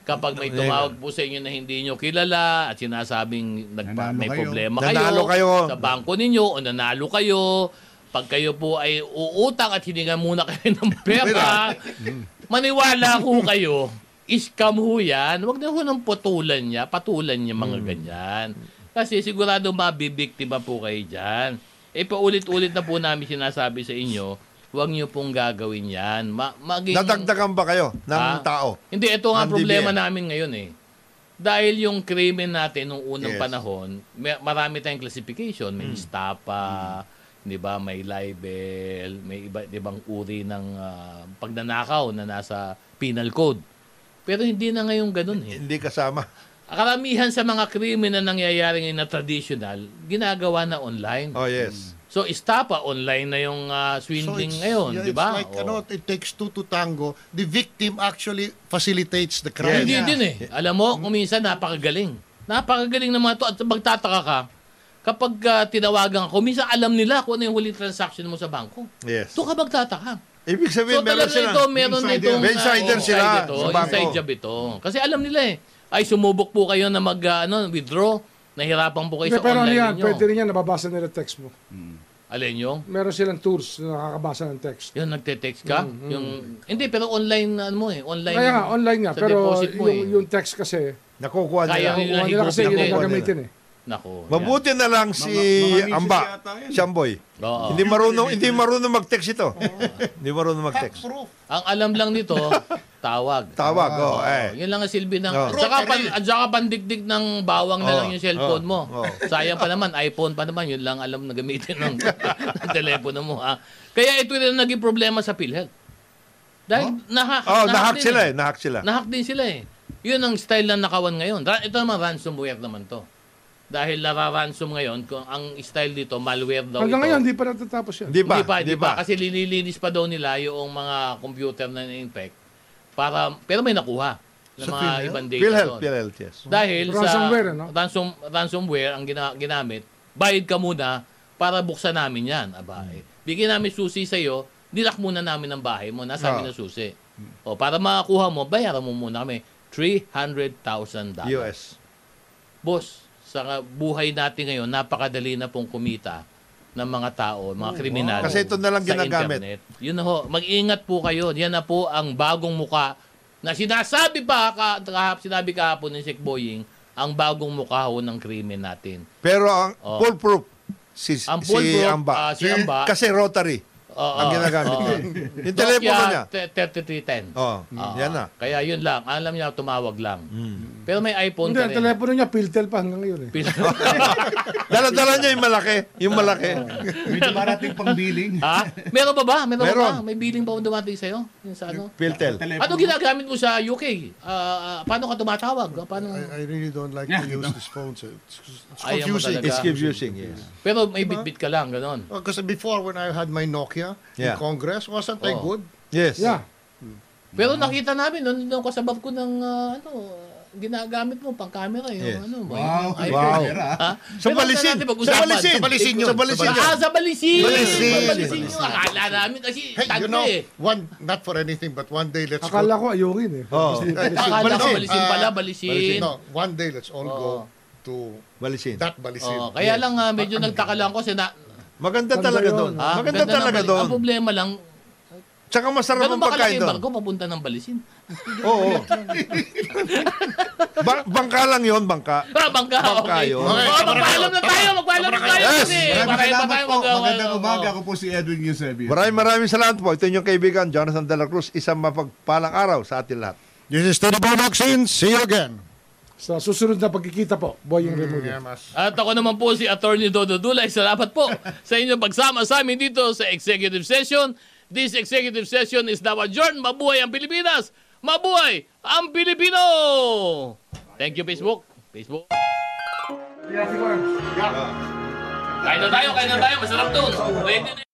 S1: kapag may tumawag po sa inyo na hindi nyo kilala at sinasabing nagpa,
S14: Nanalo
S1: may
S14: kayo.
S1: problema
S9: Nanalo kayo.
S1: sa bangko ninyo o nanalo kayo, pag kayo po ay uutang at hiningan muna kayo ng pera, maniwala ko kayo, scam ho yan. Huwag na ho nang putulan niya, patulan niya mga ganyan. Kasi sigurado mabibiktima po kayo dyan. E paulit-ulit na po namin sinasabi sa inyo, huwag niyo pong gagawin yan. Ma- maging...
S9: Nadagdagan Ah. ba kayo ng
S1: Ah,
S9: tao?
S1: Hindi, ito nga
S9: Ng
S1: problema
S9: DBM.
S1: namin ngayon eh. Dahil yung krimen natin nung unang
S9: Yes.
S1: panahon, may, marami tayong classification.
S5: Hmm.
S1: May istapa, di ba? May libel, may iba, ibang uri ng ah, pagnanakaw na nasa penal code. Pero hindi na ngayon ganun eh.
S9: Hindi kasama.
S4: Hmm.
S1: Karamihan sa mga krimen na nangyayari ngayon na traditional, ginagawa na online.
S9: Oh, yes.
S1: So, istapa, online na yung ah, swindling
S5: it's-
S1: ngayon,
S5: yeah,
S1: di ba?
S5: It's like,
S1: Oh.
S5: ano, it takes two to tango. The victim actually facilitates the crime.
S1: Hindi din eh. Alam mo, kung minsan napakagaling. Napakagaling ng mga to. At magtataka ka, kapag ah, tinawagan ako, minsan alam nila kung ano yung huling transaction mo sa bangko.
S9: Yes.
S1: Doon ka magtataka.
S9: Ibig
S1: So
S9: sabihin, meron
S1: talaga
S9: silang...
S1: ito, meron na
S14: Insider.
S1: itong...
S9: May insider
S1: ah,
S9: sila
S1: Inside, ito,
S9: sa bangko.
S1: inside job ito. Kasi alam nila eh. Ay, sumubok po kayo na mag, ah, ano, withdraw. Nahirapan po kayo
S4: Hindi,
S1: sa
S4: pero ano
S1: online
S4: yan,
S1: ninyo.
S4: pwede rin yan, nababasa nila text mo.
S1: Alin yung?
S4: Meron silang tours na nakakabasa ng text.
S1: Yung nagte-text ka? Yung, hindi, pero online na ano mo eh. Online.
S4: Kaya nga, online nga,
S1: sa
S4: pero
S1: deposit mo
S4: yung,
S1: eh.
S4: yung text kasi,
S9: Nakukuha nila.
S1: Kaya
S4: kukuha nila
S1: higupin
S4: kasi yun
S1: ako.
S4: ang gagamitin eh.
S1: Nako.
S6: Mabuti na lang si
S14: Mga- mga misis
S6: Amba,
S14: yata yan.
S6: Shamboy.
S1: yan. Oo.
S6: Hindi marunong hindi marunong mag-text ito. hindi marunong mag-text.
S14: Proof.
S1: Ang alam lang nito, tawag.
S6: Tawag,
S1: Oh,
S6: oh, eh.
S1: yun lang ang silbi ng... At
S6: Oh.
S1: saka, pan, at saka pandikdik ng bawang na
S6: Oh.
S1: lang yung cellphone
S6: Oh.
S1: mo.
S6: Oh.
S1: Sayang pa naman, iPhone pa naman. Yun lang alam na gamitin ng, ng telepono mo. Ha? Kaya ito rin ang naging problema sa PhilHealth. Dahil naha-
S6: Oh,
S1: nahack
S6: nahak
S1: din
S6: sila
S1: eh.
S6: eh, nahak sila.
S1: Nahack din sila eh. Yun ang style ng nakawan ngayon. Ra- Ito naman, ransomware naman to. Dahil nara-ransom ngayon, kung ang style dito, malware daw ito.
S4: Hanggang ngayon, hindi pa natatapos yan.
S6: Hindi pa,
S1: Hindi pa, hindi pa. Kasi linilinis pa daw nila yung mga computer na na-infect. Para, pero may nakuha. Ng mga ibang data
S6: PhilHealth,
S1: doon.
S6: PhilHealth, yes.
S1: Dahil
S4: Ransomware,
S1: sa
S4: ano?
S1: ransom, ransomware ang gina, ginamit, bayad ka muna para buksan namin yan. Aba, eh. Bigyan namin susi sa'yo, nilak muna namin ang bahay mo, nasa amin
S6: Ah.
S1: ang susi. O, para makakuha mo, bayaran mo muna kami. $300,000.
S6: US.
S1: Boss, sa buhay natin ngayon, napakadali na pong kumita ng mga tao, mga kriminal.
S6: Oh, Kasi ito na
S1: sa
S6: lang ginagamit.
S1: internet. Yun na ho, mag-ingat po kayo. Yan na po ang bagong muka na sinasabi pa, ka, kahap, sinabi kahapon ni Sek Boying, ang bagong mukha ho ng krimen natin.
S6: Pero ang
S1: Oh.
S6: foolproof si,
S1: Ang
S6: si
S1: foolproof,
S6: Amba.
S1: ah, si Amba.
S6: Kasi rotary
S1: Oo,
S6: ang ginagamit
S1: oo.
S6: niya. eh. Yung telepono
S1: Nokia
S6: niya.
S1: 3310.
S6: Oh,
S1: Oo.
S6: yan na. Hmm.
S1: Kaya yun lang. Alam niya, tumawag lang. Pero may iPhone
S4: Hindi,
S1: ka
S4: ang
S1: rin.
S4: telepono niya, Piltel pa hanggang ngayon eh.
S6: Dala-dala niya yung malaki. Yung malaki.
S14: Medyo parating pang billing.
S1: ha? Meron ba ba? Meron,
S6: Meron.
S1: ba ba? May billing pa dumating sa'yo? Yung sa ano?
S6: Piltel.
S1: Ano ginagamit mo sa UK? Ah, ah, paano ka tumatawag? Ah, Paano?
S5: I, I really don't like to use this phone. So it's, it's
S1: Ayaw mo
S5: confusing.
S1: talaga.
S6: It's confusing, yes.
S1: Pero may bitbit ka lang, ganon.
S5: Because Oh, before, when I had my Nokia
S6: Yeah.
S5: in Congress, wasn't I
S1: Oh.
S5: good?
S6: Yes.
S4: Yeah.
S1: Pero nakita namin, nung, nung kasabab ko ng, ah, ano, ginagamit mo pang camera, yung
S6: Yes.
S1: ano.
S14: Wow.
S1: Ay,
S6: Wow.
S1: Ha?
S6: Sa
S1: Pero
S6: Balisin.
S1: saan Diba, natin
S6: Sa
S1: pag-usapan?
S6: Balisin.
S5: Sa Balisin yun.
S6: Sa Balisin yun.
S1: Ah, sa Balisin!
S5: Balisin.
S1: Sa Balisin yung akala namin kasi
S5: Hey,
S1: tagpo
S5: you know,
S1: eh.
S5: one not for anything, but one day let's
S4: Akala
S5: go.
S4: ko ayungin eh.
S6: Oh.
S1: Akala ko
S5: Balisin.
S1: Balisin pala,
S5: Ah,
S1: Balisin. Oh,
S5: No, one day let's all go to
S6: Balisin.
S5: that Balisin.
S1: Oo, kaya lang ah, medyo nagtaka lang ko kasi na,
S6: Maganda
S4: Maganda
S6: talaga
S4: yun.
S6: doon.
S1: ah,
S6: Maganda
S1: ganda ng
S6: talaga
S1: Balisin.
S6: doon.
S1: Ang problema lang,
S6: Tsaka masarap
S1: ganun
S6: ang
S1: ba
S6: pagkain
S1: kalaki yung
S6: doon.
S1: barko papunta ng Balisin?
S6: Oo. Ba- bangka lang yon bangka.
S1: Ah, bangka.
S6: Bangka
S1: Okay.
S6: yun.
S1: Oo, magpaalam na tayo, magpaalam na tayo.
S6: Yes!
S1: kasi
S14: Maraming
S1: marami pa
S14: salamat
S1: tayo Oh.
S14: po.
S1: magawa.
S14: Magandang
S1: Oo.
S14: umaga. Ako po si Edwin Eusebio.
S6: Maraming maraming salamat po. Ito inyong kaibigan, Jonathan Dela Cruz. Isang mapagpalang araw sa atin lahat.
S5: This is Tony Bo Maxine. See you again.
S4: Sa susunod na pagkikita po, Boying
S5: Mm,
S4: Remulia.
S1: At ako naman po si Attorney Dodo Dulay. Salamat po sa inyong pagsama sa amin dito sa Executive Session. This Executive Session is now adjourned. Mabuhay ang Pilipinas! Mabuhay ang Pilipino! Thank you, Facebook. Facebook. Kain na tayo, kain na tayo. Masarap to. Pwede na.